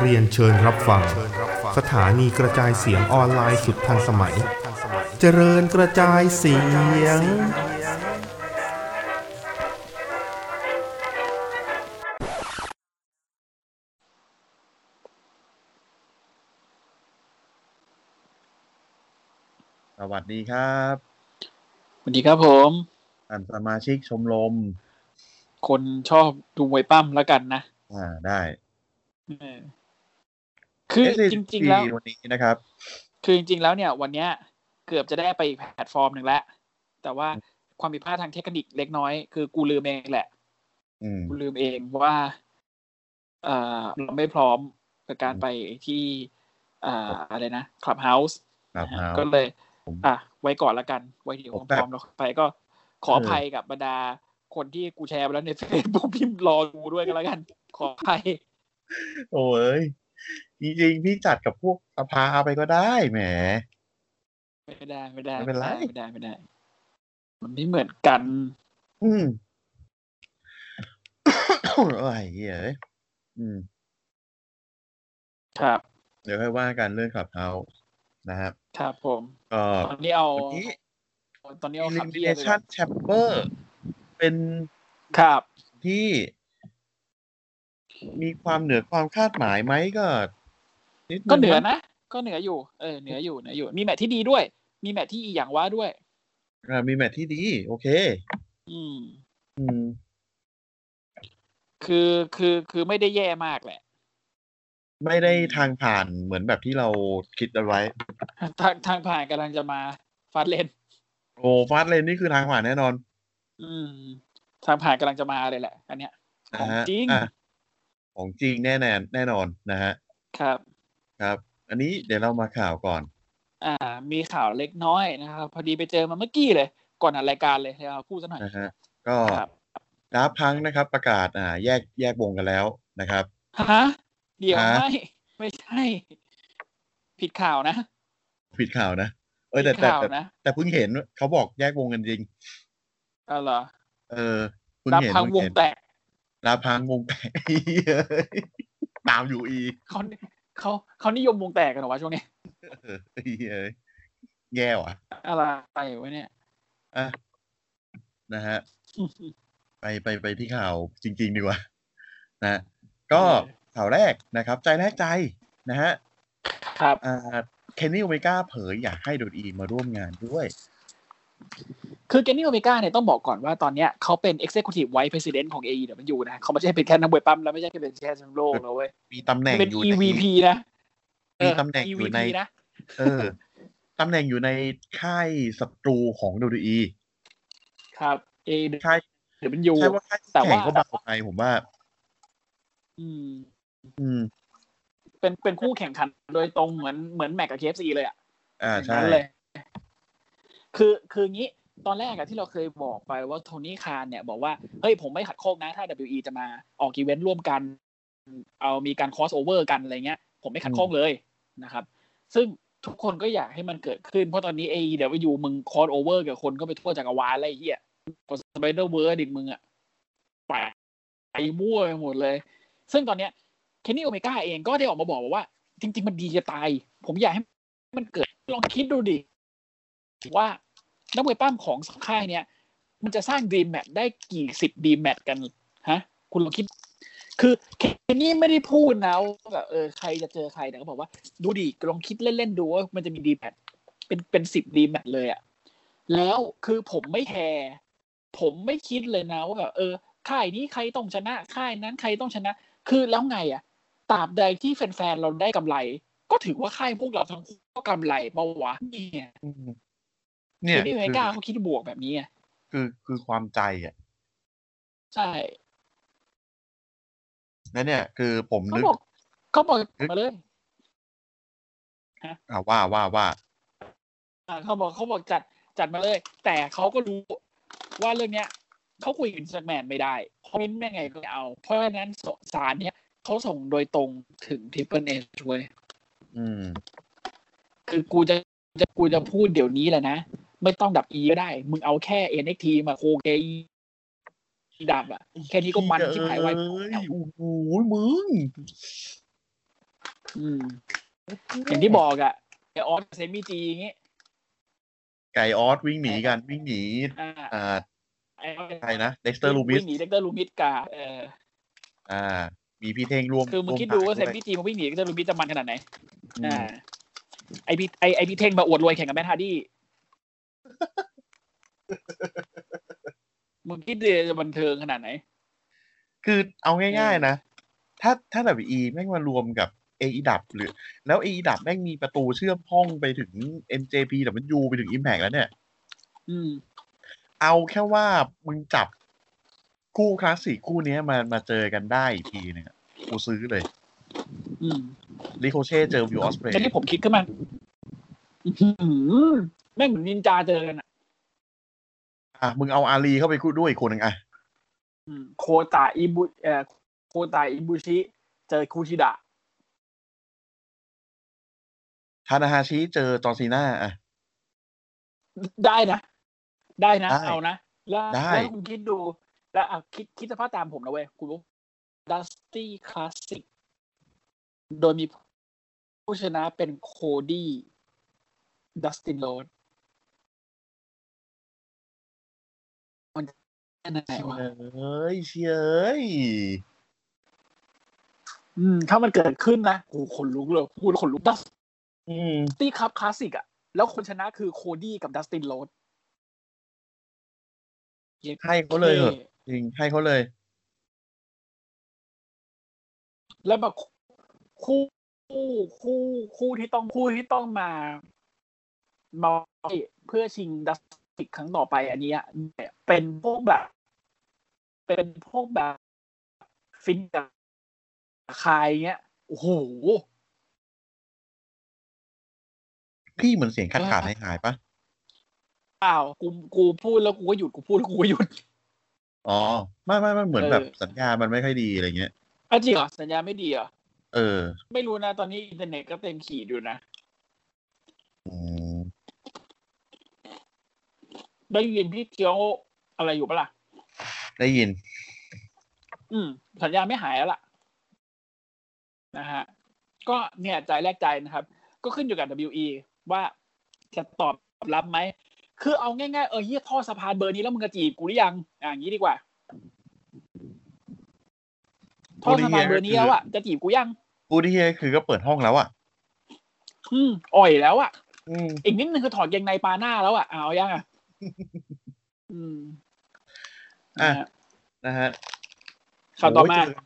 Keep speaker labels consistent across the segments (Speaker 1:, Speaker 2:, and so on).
Speaker 1: เรียนเชิญรับฟัง สถานีกระจายเสียงออนไลน์สุดทันสมัย เจริญกระจายเสียง
Speaker 2: สวัสดีครับ
Speaker 3: สวัสดีครับผม
Speaker 2: ท่านสมาชิกชมรม
Speaker 3: คนชอบดูมวยปั้มแล้วกันนะ
Speaker 2: อ่า ได้
Speaker 3: เออคือ
Speaker 2: เอสซี
Speaker 3: จริง ๆ แล้ว
Speaker 2: วันนี้นะครับ
Speaker 3: คือจริงๆแล้วเนี่ย วันเนี้ยเกือบจะได้ไปอีกแพลตฟอร์มหนึ่งแล้ว แต่ว่าความผิดพลาดทางเทคนิคเล็กน้อย คือกูลืมเองแหละ
Speaker 2: อืม
Speaker 3: กูลืมเองว่าเออเราไม่พร้อมกับการไปที่อ่าอะไรนะคลับเฮาส์
Speaker 2: ครับ
Speaker 3: นะฮะ
Speaker 2: เอา
Speaker 3: ก็เลย
Speaker 2: ผม
Speaker 3: อ่ะ ไว้ก่อนละกัน ไว้เดี๋ยว
Speaker 2: ผ
Speaker 3: ผม ม
Speaker 2: แบบ
Speaker 3: พร้อมแล้วไปก็ขอ
Speaker 2: เออ
Speaker 3: อภัยกับบรรดาคนที่กูแชร์ไปแล้วในเฟ ซบุ๊กพิมพ์รอดูด้วยกันแล้วกัน ขออภัย
Speaker 2: โอ้ย จริงๆ พี่จัดกับพวกสภาไปก็ได้แหม
Speaker 3: ไม่ได้ไม่ได้
Speaker 2: ไม่เป็นไร
Speaker 3: ไม่ได้ไม่ได้ มันไม่เหมือนกัน
Speaker 2: อืม โอ้ยเหี้ยเอ้ยอืม
Speaker 3: ครับ
Speaker 2: เดี๋ยวค่อยว่ากันเรื่องขับเฮาส์นะครับ
Speaker 3: ครับผม
Speaker 2: ก็
Speaker 3: ตอนนี้เอา
Speaker 2: วันนี้
Speaker 3: ตอนนี้เอาคำเทียบไปก่อ
Speaker 2: Elimination
Speaker 3: น
Speaker 2: Chamber เป็น
Speaker 3: ครับ
Speaker 2: ที่มีความเหนือความคาดหมายไหมก็นิดง
Speaker 3: ก็เหนือ
Speaker 2: มั้ย
Speaker 3: นะ ก็เหนืออยู่ เออเหนืออยู่เหนืออยู่ มีแมทที่ดีด้วย มีแมทที่อีอย่างว่าด้วย
Speaker 2: อ่ามีแมทที่ดี โอเค
Speaker 3: อืม
Speaker 2: อืม
Speaker 3: คือคือคือไม่ได้แย่มากแหละ
Speaker 2: ไม่ได้ทางผ่านเหมือนแบบที่เราคิดเอาไว้
Speaker 3: ทางทางผ่านกำลังจะมาฟาดเลน
Speaker 2: โอ้ฟาสเลนนี่คือทางผ่านแน่นอน
Speaker 3: อืมทางผ่านกำลังจะมาเลยแหละ อันเนี้ย
Speaker 2: นะ
Speaker 3: ของ
Speaker 2: ฮะ
Speaker 3: จริง
Speaker 2: อ่ะของจริงแน่แน่แน่นอนนะฮะ
Speaker 3: ครับ
Speaker 2: ครับ อันนี้เดี๋ยวเรามาข่าวก่อน
Speaker 3: อ่า มีข่าวเล็กน้อยนะครับ พอดีไปเจอมาเมื่อกี้เลย ก่อนอัดรายการเลยเดี๋ยวเราพูดซะหน่อย
Speaker 2: นะฮะ ก็
Speaker 3: ครับ
Speaker 2: ดาพังนะครับ ประกาศอ่า แยกแยกวงกันแล้วนะครับ
Speaker 3: ฮะเดี๋ยว
Speaker 2: ฮะ
Speaker 3: ไม่ไม่ใช่ ผิดข่าวนะ
Speaker 2: ผิดข่าวนะเออ
Speaker 3: ผิ
Speaker 2: แต่
Speaker 3: ด
Speaker 2: แต่
Speaker 3: ข่าว
Speaker 2: แต่
Speaker 3: นะ
Speaker 2: แต่เพิ่งเห็นเขาบอกแยกวงกันจริง
Speaker 3: เออเหรอ
Speaker 2: เออเพิ่ง
Speaker 3: รับ
Speaker 2: เห็น
Speaker 3: พัง
Speaker 2: เพิ่ง
Speaker 3: วง
Speaker 2: เห็น
Speaker 3: แตก
Speaker 2: ลาพังวงแตกเหี้ยตามอยู่อีก
Speaker 3: เขาเขาเขานิยมวงแตกกันเหรอวะช่วงนี้
Speaker 2: เออเหี้ยแย่ว่ะ
Speaker 3: อะไรวะเนี่ย
Speaker 2: อ่ะนะฮะ ไปไปไปที่ข่าวจริง ๆ ดีกว่านะก็
Speaker 3: เออ
Speaker 2: ข่าวแรกนะครับ ใจแรกใจนะฮะ
Speaker 3: ครับ
Speaker 2: อ่าเคนนี่โอเมก้าเผยอยากให้โดดอีมาร่วมงานด้วย
Speaker 3: คือเกนนี่โอเมก้าเนี่ยต้องบอกก่อนว่าตอนเนี้ยเขาเป็น Executive Vice President ของ AEW นะเขาไม่ใช่เป็นแค่นักมวยปั้มแล้วไม่ใช่แค่เป็นแชมป์โลกแล้วเว้ย
Speaker 2: มีตำแหน่ง
Speaker 3: เป็น
Speaker 2: อยู่ใน
Speaker 3: EVP นะ
Speaker 2: มีตำแหน่งอยู่ใน
Speaker 3: เ EVP นะ
Speaker 2: เออตำแหน่งอยู่ในค่ายศัตรูของโดดี
Speaker 3: ครับ A
Speaker 2: ค่าย
Speaker 3: หรือเป็นยู
Speaker 2: ใช่ว่าค่าย
Speaker 3: แต่
Speaker 2: แข่ง
Speaker 3: ว่า
Speaker 2: ก็เบาไปผมว่า
Speaker 3: อืม
Speaker 2: อืม
Speaker 3: เป็นเป็นคู่แข่งขันโดยตรงเหมือนเหมือนแม็กกับเคฟซีเลยอ่ะ
Speaker 2: อ่า
Speaker 3: อย่าง
Speaker 2: ใช่
Speaker 3: นั้นเลย คือคืองี้ ตอนแรกอะที่เราเคยบอกไปว่าโทนี่คาร์นเนี่ยบอกว่า เฮ้ยผมไม่ขัดข้องนะ ถ้า WE จะมาออกอีเวนต์ร่วมกัน เอามีการคอสโอเวอร์กันอะไรเงี้ย ผมไม่ขัดข้องเลยนะครับ ซึ่งทุกคนก็อยากให้มันเกิดขึ้น เพราะตอนนี้ AEW มึงคอสโอเวอร์กับคนก็ไปทั่วจักรวาลอะไรเหี้ยกดสไปเดอร์เวิร์ดิกมึงอะไปไปมั่วไปหมดเลย ซึ่งตอนเนี้ยเคนนี่โอเมก้าเองก็ได้ออกมาบอกว่า จริง ๆ มันดีจะตาย ผมอยากให้มันเกิดลองคิดดูดิ ว่านักมวยปั้มของสองค่ายเนี่ย มันจะสร้างดีแมทได้กี่สิบดีแมทกันฮะ คุณลองคิด คือเคนนี่ไม่ได้พูดนะว่าแบบเออใครจะเจอใครแต่ก็บอกว่า ดูดิลองคิดเล่น ๆ ดูว่ามันจะมีดีแมทเป็นเป็นสิบดีแมทเลยอะแล้วคือผมไม่แคร์ผมไม่คิดเลยนะว่าแบบเออ ค่ายนี้ใครต้องชนะ ค่ายนั้นใครต้องชนะ คือแล้วไงอะตราบใดที่แฟนๆเราได้กำไร ก็ถือว่าค่ายพวกเราทั้งคู่ก็กำไรเปะวะเนี่ย
Speaker 2: อืมเนี่ย
Speaker 3: คือที่อเมริกาเขาคิดบวกแบบนี้ไง
Speaker 2: คือคือความใจอ่ะ
Speaker 3: ใช่
Speaker 2: นั่นเนี่ย คือผม
Speaker 3: เขา
Speaker 2: นึก
Speaker 3: บอกเขาบอกมาเลย
Speaker 2: อ่ะว่าว่าว่า
Speaker 3: อ่าเขาบอกเขาบอกจัดจัดมาเลย แต่เขาก็รู้ว่าเรื่องเนี้ยเขาคุยกับวินสแมนไม่ได้เพราะวินแม่งไงก็ไม่เอา เพราะฉะนั้นสารเนี้ยเขาส่งโดยตรงถึงทิปเปิลเอช่วย
Speaker 2: อืม
Speaker 3: คือกูจะจะกูจะพูดเดี๋ยวนี้แหละนะ ไม่ต้องดับอีก็ได้ มึงเอาแค่ NXT มาโคเก ดับอ่ะ แค่นี้ก็มันชิบหายไวาย
Speaker 2: เอ้ยโอ้โหมึง
Speaker 3: อืม อย่างที่บอกอ่ะไอออสเซมิจีอย่างงี้
Speaker 2: ไก่ออสวิ่งหนีกันวิ่งหนี
Speaker 3: อ่า
Speaker 2: อ่า
Speaker 3: ไอออส
Speaker 2: ใครนะเด็กสเตอร์ลูมิส
Speaker 3: วิ่งหนีเด็กเตอร์ลูมิสกาเออ
Speaker 2: อ่า มีพี่เท่งร่วม
Speaker 3: คือมึงคิดดู
Speaker 2: ร่
Speaker 3: ว่าเซ
Speaker 2: ถ่ย
Speaker 3: มิจีมันวิ่งหนีเด็กเตอร์ลูมิสจะมันขนาดไหน
Speaker 2: อืม
Speaker 3: อ่าไอพี่ไอไอพี่เท่งมาอวดรวยแข่งกับแมทฮาร์ดี้ มึงคิดดิจะบันเทิงขนาดไหน
Speaker 2: คือเอาง่าย ๆ นะ ถ้าถ้า WWE แม่งมารวมกับเอดับหรือ แล้วเอดับแม่งมีประตูเชื่อมห้องไปถึง MJP แต่มันยูไปถึง Impact แล้วเนี่ย
Speaker 3: อืม
Speaker 2: เอาแค่ว่ามึงจับคู่คลาสสิกคู่เนี้ยมามาเจอกันได้อีกทีเนี่ยกูซื้อเลย
Speaker 3: อืม
Speaker 2: ลิโคเช่เจอวิวออสเปร
Speaker 3: แต่
Speaker 2: ย์
Speaker 3: ที่ผมคิดขึ้นมาอื้อหือแม่งเหมือนนินจาเจอกันอ่ะ
Speaker 2: อ่ะมึงเอาอารีเข้าไปคู่ด้วยอีกคนหนึ่งอ่ะ
Speaker 3: อืมโคตาอิบุเอ่อโคตาอิบุชิ เจอคูชิดะ
Speaker 2: ทานาฮาชิเจอจอร์ซีน่าอ่ะ
Speaker 3: ได้นะ ได้นะ
Speaker 2: ได้
Speaker 3: เอานะ แล้ว
Speaker 2: ได้
Speaker 3: แล้วคุณคิดดู แล้วอ่ะคิดคิดสภาพตามผมนะเว้ย คุณบุ๊ดัสตี้คลาสสิก โดยมีผู้ชนะเป็นโคดี้ดัสตินโรดมันจะไหนวะ
Speaker 2: เอ้ยเชียเอ้ย
Speaker 3: อืม ถ้ามันเกิดขึ้นนะกูขนลุกเลยพูดขนลุกดัส
Speaker 2: อืม
Speaker 3: ตี้ครับคลาสสิกอะแล้วคนชนะคือโคดี้กับดัสตินโรด
Speaker 2: ให้เขาเลยเหอะจริงให้เขาเลย
Speaker 3: แล้วแบบคู่คู่คู่คู่ที่ต้องคู่ที่ต้องมามาเพื่อชิงดัสติกครั้งต่อไปอันเนี้ยเป็นพวกแบบ เป็นพวกแบบ ฟินกับคายเงี้ยโอ้โห
Speaker 2: พี่เหมือนเสียงขาดขาดหายหายๆปะ
Speaker 3: อ้าวกูกูพูดแล้วกูก็หยุดกูพูดแล้วกูก็หยุด
Speaker 2: อ๋อไม่ไม่ไม่เหมือน
Speaker 3: เออ
Speaker 2: แบบสัญญาณมันไม่ค่อยดีอะไรเงี้ย
Speaker 3: อ่ะจริงเหรอสัญญาไม่ดีเหรอ
Speaker 2: เออ
Speaker 3: ไม่รู้นะตอนนี้อินเทอร์เน็ตก็เต็มขีดอยู่นะ
Speaker 2: อืม
Speaker 3: ได้ยินพี่เกียวอะไรอยู่ปะล่ะ
Speaker 2: ได้ยิน
Speaker 3: อืม สัญญาไม่หายแล้วล่ะนะฮะก็เนี่ยใจแรกใจนะครับ ก็ขึ้นอยู่กับ WE ว่าจะตอบรับไหม คือเอาง่ายๆ เออเฮียท่อสะพานเบอร์นี้แล้วมึงจะจีบกูหรือยังอ่ะอย่างนี้ดีกว่าท่อสะพานเบอร์นี้แล้วอ่ะจะจีบกูยัง
Speaker 2: กูที่เฮียคือก็เปิดห้องแล้วอ่ะ
Speaker 3: อืมอ่อยแล้วอ่ะ
Speaker 2: อืม
Speaker 3: อีกนิดนึงคือถอดเกงในปาหน้าแล้วอ่ะเอายังอ่ะ อืม
Speaker 2: อ่ะ
Speaker 3: นะฮะ
Speaker 2: นะฮะ
Speaker 3: ข่าวต่อมา
Speaker 2: โยเจอ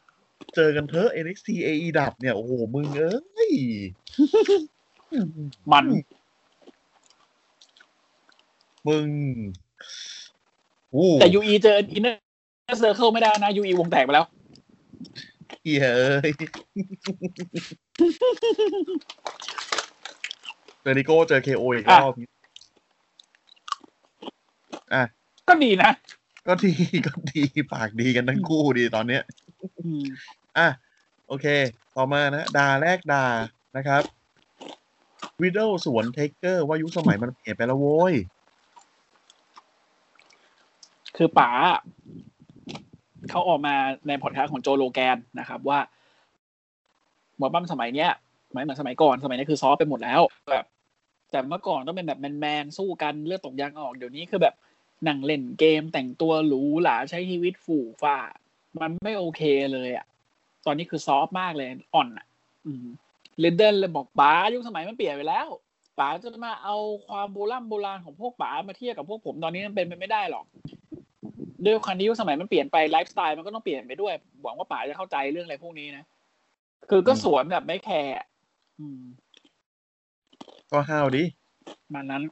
Speaker 2: เจอกันเถอะ NXT AE ดับเนี่ยโอ้โหมึงเอ้ย
Speaker 3: มัน
Speaker 2: มึงโอ้
Speaker 3: แต่ยูอีเจออินเนอร์เซอร์เคิลไม่ได้นะยูอีวงแตกไปแล้ว
Speaker 2: เฮียเอ้ยเจอนิโก้เจอ KO อีกร
Speaker 3: อ่ะ
Speaker 2: อบ
Speaker 3: ก็ดีนะ
Speaker 2: ก็ดีก็ดีปากดีกันทั้งคู่ดีตอนเนี้ย
Speaker 3: อืม
Speaker 2: อ่ะ โอเค ต่อมานะดาแรกดานะครับวิดเดิลสวนเทเกอร์ว่ายุคสมัยมันเปลี่ยนไปแล้วโว้ย
Speaker 3: คือป๋าเขาออกมาในพอดแคาสต์ของโจโลแกนนะครับว่าหมอบ้ามสมัยเนี้ยไม่เหมือนสมัยก่อนสมัยนี้คือซอฟต์ไปหมดแล้วแบบแต่เมื่อก่อนต้องเป็นแบบแมนๆสู้กันเลือดตกยางออกเดี๋ยวนี้คือแบบนั่งเล่นเกมแต่งตัวหรูหราใช้ชีวิตฝูฟ่า มันไม่โอเคเลยอะตอนนี้คือซอฟต์มากเลยอ่อนอะอืมเลนเดนเลยบอกป๋ายุคสมัยมันเปลี่ยนไปแล้วป๋าจะมาเอาความโบราณโบราณของพวกป๋ามาเทียบกับพวกผมตอนนี้มันเป็นไปไม่ได้หรอก ด้วยความที่ยุคสมัยมันเปลี่ยนไปไลฟ์สไตล์มันก็ต้องเปลี่ยนไปด้วย หวังว่าป๋าจะเข้าใจเรื่องอะไรพวกนี้นะ คือก็
Speaker 2: อืม
Speaker 3: สวนแบบไม่แคร์อะอืม
Speaker 2: ก็ห้าวดิ
Speaker 3: ประมันนั้น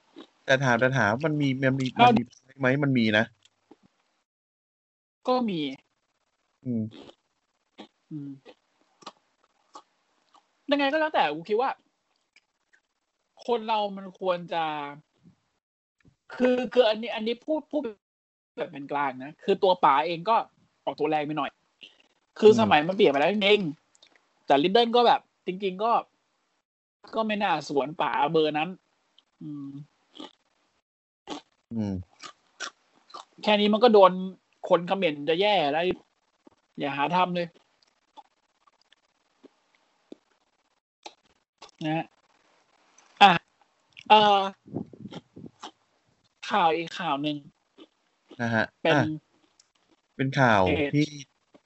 Speaker 2: แต่ถามแต่ถามมันมีมันมีมั
Speaker 3: ห้าว
Speaker 2: นมีไหมมันมีนะ
Speaker 3: ก็มี
Speaker 2: อืม
Speaker 3: อืมยังไงก็แล้วแต่กูคิดว่า คนเรามันควรจะ คือคืออันนี้ อันนี้พูดพูดแบบเป็นกลางนะคือตัวป๋าเองก็ออกตัวแรงไปหน่อย คือสมัยมันเปลี่ยนไปแล้วจริงๆแต่ลิดเดิลก็แบบ จริง ๆ ก็ ก็ไม่น่าสวนป๋าเบอร์นั้น อืม
Speaker 2: อืม
Speaker 3: แค่นี้มันก็โดนโค คนคอมเมนต์จะแย่แล้ว อย่าหาทำเลยนะฮะอ่ะเอ่อข่าวอีกข่าวหนึ่ง
Speaker 2: นะฮะ
Speaker 3: เป็น
Speaker 2: อ่ะเป็นข่าว
Speaker 3: เอด
Speaker 2: ที่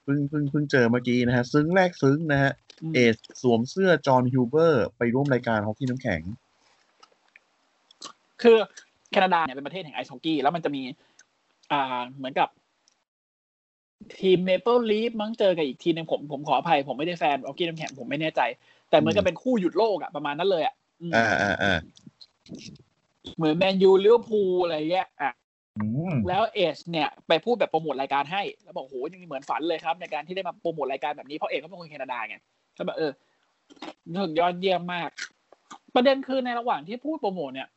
Speaker 2: เพิ่งเพิ่งเพิ่งเจอเมื่อกี้นะฮะ ซึ้งแรกซึ้งนะฮะ
Speaker 3: อืม
Speaker 2: เอดสวมเสื้อจอห์นฮิวเบอร์ไปร่วมรายการฮอกกี้น้ำแข็ง
Speaker 3: คือแคนาดาเนี่ยเป็นประเทศแห่งไอซ์ฮอกกี้แล้วมันจะมี อ่าเหมือนกับ ทีมเมเปิลลีฟมั้งเจอกับอีกทีมหนึงผมผมขออภัย ผมไม่ได้แฟนฮอกกี้น้ำแข็งผมไม่แน่ใจ แต่เหมือนกับเป็นคู่หยุดโลกอะประมาณนั้นเลยอะอืม
Speaker 2: อ่าอ่าอ่า
Speaker 3: เหมือนแมนยูลิเวอร์พูลอะไรเงี้ยอ่ะ
Speaker 2: อืม
Speaker 3: แล้วเอชเนี่ยไปพูดแบบโปรโมทรายการให้ แล้วบอกโหยังเหมือนฝันเลยครับ ในการที่ได้มาโปรโมทรายการแบบนี้เพราะเอชเขาเป็นคนแคนาดาไงก็แบบเออเรื่องยอดเยี่ยมมาก ประเด็นคือในระหว่างที่พูดโปรโมทเนี่ย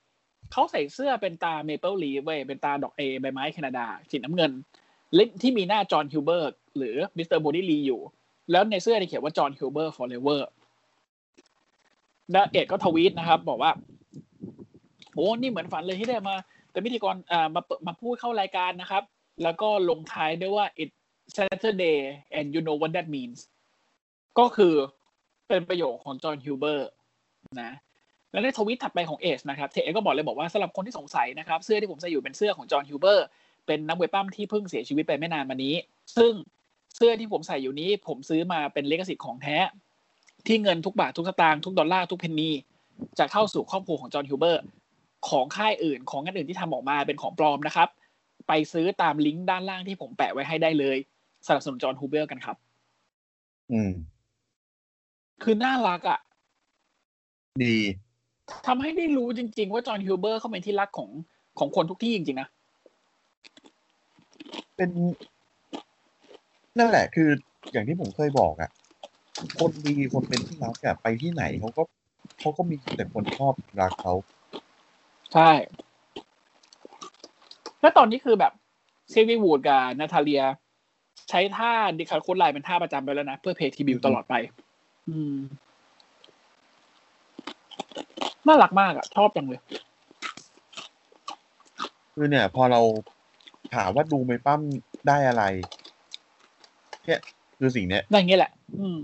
Speaker 3: เขาใส่เสื้อเป็นตาเมเปิลลีเว้ยเป็นตาดอกเอใบไม้แคนาดาสีน้ำเงินเล่นที่มีหน้าจอห์นฮิวเบอร์หรือมิสเตอร์โบดี้ลีอยู่ แล้วในเสื้อเนี่ยเขียนว่าจอห์นฮิวเบอร์ forever แล้วเอ็ดก็ทวีตนะครับ บอกว่าโหนี่เหมือนฝันเลยที่ได้มา เป็นพิธีกรอ่ามาเปิดมาพูดเข้ารายการนะครับ แล้วก็ลงท้ายด้วยว่า it Saturday and you know what that means ก็คือเป็นประโยคของจอห์นฮิวเบอร์นะ แล้วในทวิตถัดไปของเอชนะครับเทเอก็บอกเลยบอกว่าสำหรับคนที่สงสัยนะครับ เสื้อที่ผมใส่อยู่เป็นเสื้อของจอห์นฮิวเบอร์เป็นนักเวทปั้มที่เพิ่งเสียชีวิตไปไม่นานมานี้ ซึ่งเสื้อที่ผมใส่อยู่นี้ผมซื้อมาเป็นเลกสิทธิ์ของแท้ ที่เงินทุกบาททุกสตางค์ทุกดอลลาร์ทุกเพนนี จะเข้าสู่ครอบครัวของจอห์นฮิวเบอร์ ของค่ายอื่นของงานอื่นที่ทำออกมาเป็นของปลอมนะครับ ไปซื้อตามลิงก์ด้านล่างที่ผมแปะไว้ให้ได้เลยสนับสนุนจอห์นฮูเบอร์กันครับ
Speaker 2: อืม
Speaker 3: คือน่ารักอะ่ะ
Speaker 2: ดี
Speaker 3: ทำให้ได้รู้จริง ๆ ว่าจอห์นฮิวเบอร์เขาเป็นที่รักของของคนทุกที่จริงๆนะ
Speaker 2: เป็นนั่นแหละ คืออย่างที่ผมเคยบอกอะ่ะ คนดีคนเป็นที่รักอะไปที่ไหนเขาก็เขาก็มีแต่คนชอบรักเขา
Speaker 3: ใช่ แล้วตอนนี้คือแบบเซวีวูดกับนาทาเลีย ใช้ท่าดิคาร์โคดไลน์เป็นท่าประจำไปแล้วนะ เพื่อเพย์ทีบิวตลอดไป อืม น่ารักมากอะ่ะ ชอบจังเลย
Speaker 2: คือเนี่ย พอเราถามว่าดูไม่ปั้มได้อะไรเนี่ยคือสิ่งเนี้ย
Speaker 3: อย่างเงี้ยแหละ อืม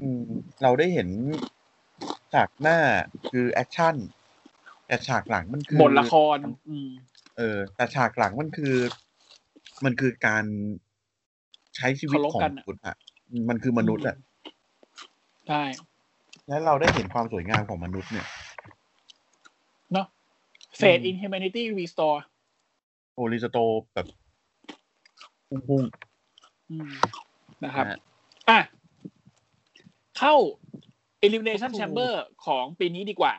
Speaker 2: อืมเราได้เห็นฉากหน้าคือแอคชั่นแต่ฉากหลังมันคือบ
Speaker 3: ทละคร อืม
Speaker 2: เออ แต่ฉากหลังมันคือ มันคือการใช้ชีวิต
Speaker 3: เคารพ
Speaker 2: ของ
Speaker 3: กัน
Speaker 2: ม
Speaker 3: อะ
Speaker 2: นุษย์อะมันคือมนุษย์อะ
Speaker 3: ใช่
Speaker 2: และเราได้เห็นความสวยงามของมนุษย์เนี่ย
Speaker 3: เนาะเฟดอิน h u m a n i t y restore
Speaker 2: โอริสโตแบบพุ่ง
Speaker 3: อืมนะ
Speaker 2: ๆ
Speaker 3: ครับ
Speaker 2: นะฮะ
Speaker 3: อ่ะ เข้า elimination
Speaker 2: โอ้โห
Speaker 3: chamber ของปีนี้ดีกว่า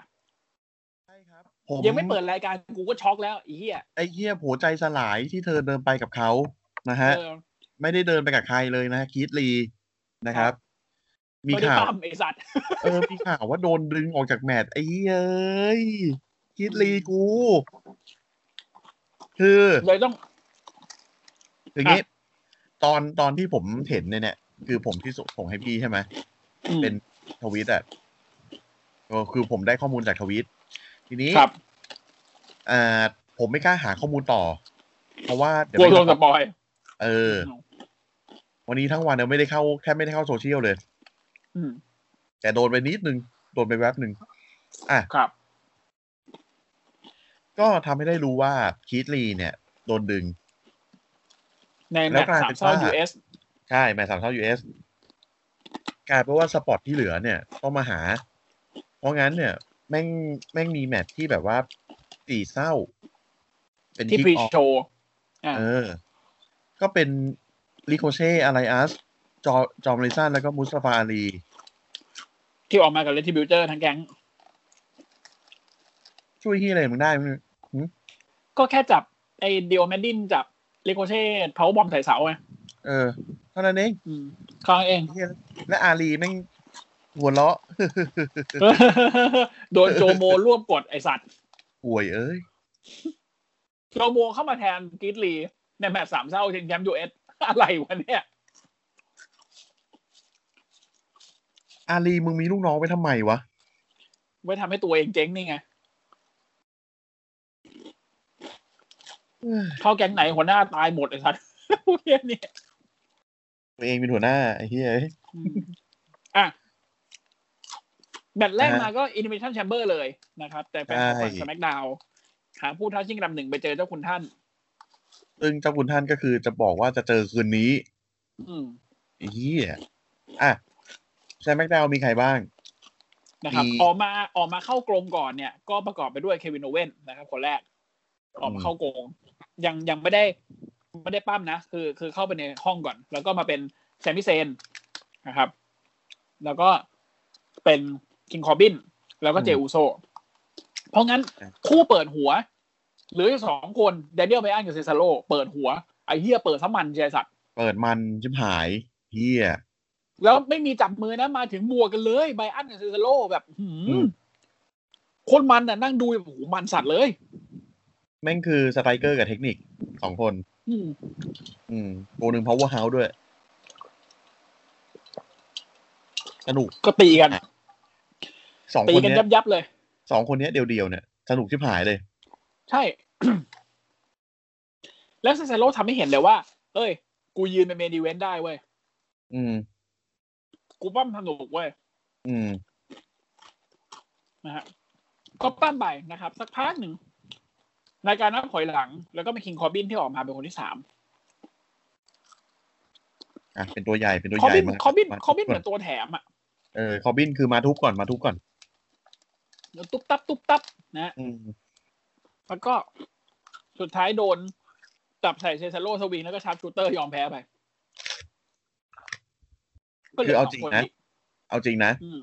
Speaker 2: ใช่ครับผม
Speaker 3: ยังไม่เปิดรายการกูก็ช็อกแล้วไอีเหี้ย
Speaker 2: ไอ้เหี้ยหัวใจสลายที่เธอเดินไปกับเขานะฮะ
Speaker 3: เออ
Speaker 2: ไม่ได้เดินไปกับใครเลยนะฮะคีตลีนะครับ มี
Speaker 3: ไม่ได้
Speaker 2: ข่าว
Speaker 3: ปั้มไอสัตว์
Speaker 2: เออมีข่าวว่าโดนดึงออกจากแมตช์ไอ้เอ้ยคิดลีกู คือ
Speaker 3: เลยต้อง
Speaker 2: อย่างนี้ ตอนตอนที่ผมเห็นเนี่ยเนี่ยคือผมที่ส่งให้พี่ใช่ไหม
Speaker 3: อืม
Speaker 2: เป็น ทวิตอ่ะก็คือผมได้ข้อมูลจากทวิต ทีนี้
Speaker 3: ครับ
Speaker 2: อ่าผมไม่กล้าหาข้อมูลต่อ เพราะว่าเดี๋ยว
Speaker 3: กลัวโดนส
Speaker 2: ไม่
Speaker 3: ปอย
Speaker 2: เออ วันนี้ทั้งวันเนี่ยไม่ได้เข้าแทบไม่ได้เข้าโซเชียลเลย
Speaker 3: อืม
Speaker 2: แต่โดนไปนิดนึง โดนไปแวบหนึ่งอ่ะ
Speaker 3: ครับ
Speaker 2: ก็ทำให้ได้รู้ว่าคีตลีเนี่ย โดนดึง
Speaker 3: ในแม
Speaker 2: แล้ว
Speaker 3: ต
Speaker 2: กลาย
Speaker 3: ช์
Speaker 2: เป็น
Speaker 3: สามเศร้า
Speaker 2: ว่า
Speaker 3: US
Speaker 2: ใช่แมตช์สามเท่า US กลายเป็นว่าสปอตที่เหลือเนี่ยต้องมาหา เพราะงั้นเนี่ย แม่งแม่งมีแมตช์ที่แบบว่าตีเศร้า เป็น
Speaker 3: ที่
Speaker 2: คิก
Speaker 3: พรี
Speaker 2: ออฟ
Speaker 3: โชว์อ่า
Speaker 2: เออ ก็เป็นลิโคเช่อะไรอัสจอจอมเลซันแล้วก็มุสตาฟาอาลี
Speaker 3: ที่ออกมากับเลทิบิวเจอร์ทั้งแก๊ง
Speaker 2: ช่วยที่อะไรมึงได้มึง
Speaker 3: ก็แค่จับไอเดียวแมดดินจับเลโกเช่เผาบอมใส่เสาไง
Speaker 2: เออ เท่านั้นเอง
Speaker 3: อืมครั้งเอง
Speaker 2: เหี้ยและอาลีแม่งหัวเราะ
Speaker 3: โดนโจโมร่วมกดไอสัตว์
Speaker 2: ป่วยเอ้ย
Speaker 3: โจโมเข้ามาแทนกรีตลี ในแมตช์สามเศร้าชิงแชมป์ยูเอส อะไรวะเนี่ย
Speaker 2: อาลีมึงมีลูกน้องไว้ทำไมวะ
Speaker 3: ไว้ทำให้ตัวเองเจ๊งนี่ไง เข้าแก๊งไหนหัวหน้าตายหมดไอสัตว์ พวกเนี้ยเนี่ย
Speaker 2: ตัวเองเป็นหัวหน้าไอ้เหี้ย
Speaker 3: อืมอ่ะแบตช์แรก
Speaker 2: อ่ะ
Speaker 3: มาก็ Innovation Chamber เลยนะครับ แต่แฟนของฝั่ง
Speaker 2: ใช่
Speaker 3: SmackDown หาผู้ท้าชิงลำหนึ่งไปเจอเจ้าคุณท่าน
Speaker 2: ซึ่งเจ้าคุณท่านก็คือจะบอกว่าจะเจอคืนนี้
Speaker 3: อืม
Speaker 2: ไอ้เหี้ยอ่ะแซมแม็กดาวมีใครบ้าง
Speaker 3: นะครับ
Speaker 2: มี
Speaker 3: ออกมาออกมาเข้ากรงก่อนเนี่ย ก็ประกอบไปด้วยเควินโอเว่นนะครับคนแรก ออกมาเข้ากรงยังยังไม่ได้ไม่ได้ปั้มนะ คือ คือเข้าไปในห้องก่อน แล้วก็มาเป็นแซมมิเซนนะครับ แล้วก็เป็นคิงคอบิน แล้วก็เจ
Speaker 2: อืม
Speaker 3: อูโซ เพราะงั้น
Speaker 2: อ่ะ
Speaker 3: คู่เปิดหัว เหรืออยู่สองคนเดน i ียลไบอันกับเซซาโลเปิดหัว ไอเฮียเปิดสมันเจสัตว์
Speaker 2: เปิดมันชิบหายเหี้ย
Speaker 3: แล้วไม่มีจับมือนะมาถึงบวกกันเลยไบอันกับเซซาโลแบบหืม
Speaker 2: อืม
Speaker 3: โคตรมันน่ะนั่งดูแบบโอ้โหมันสัตว์เลย
Speaker 2: แม่งคือสไตรเกอร์กับเทคนิคสองคน
Speaker 3: อืม
Speaker 2: อืมโกหนึ่งพาวเวอร์เฮาส์ด้วย สนุก
Speaker 3: ก็ตีกัน
Speaker 2: สอง
Speaker 3: ตี
Speaker 2: คน
Speaker 3: กัน
Speaker 2: เนี้ย
Speaker 3: ยับยับๆเลย
Speaker 2: สองคนเนี้ยเดียวๆเนี่ย สนุกชิบหายเลย
Speaker 3: ใช่ แล้วเซซาโลทำให้เห็นเลยว่า เอ้ย กูยืนเป็นเมนอีเวนต์ได้เว้ย
Speaker 2: อืม
Speaker 3: กูปั้มสนุกเว้ย
Speaker 2: อืม
Speaker 3: นะฮะก็ปั้มไปนะครับ สักพักหนึ่งรายการนับถอยหลัง แล้วก็เป็นคิงคอบินที่ออกมาเป็นคนที่สาม
Speaker 2: อ่ะ เป็นตัวใหญ่ เป็นตัว
Speaker 3: ค
Speaker 2: ให
Speaker 3: อ
Speaker 2: ญ่
Speaker 3: บิน
Speaker 2: มาก
Speaker 3: คอบิน
Speaker 2: มา
Speaker 3: คอบิน
Speaker 2: ทุ
Speaker 3: เหมื
Speaker 2: บ
Speaker 3: อน
Speaker 2: ก่
Speaker 3: ตัวแถมอ่ะ
Speaker 2: เออ คอบินคือมาทุบก่อน มาทุบก่อน
Speaker 3: ตุ๊บตับตุ๊บตับนะฮะ
Speaker 2: อืม
Speaker 3: แล้วก็สุดท้ายโดนจับใส่เซซาโลสวิงแล้วก็ชาร์ปชูเตอร์ยอมแพ้ไปก็หลื
Speaker 2: คือเอา
Speaker 3: ส
Speaker 2: จริง
Speaker 3: คน
Speaker 2: นะ เอาจริงนะ
Speaker 3: อืม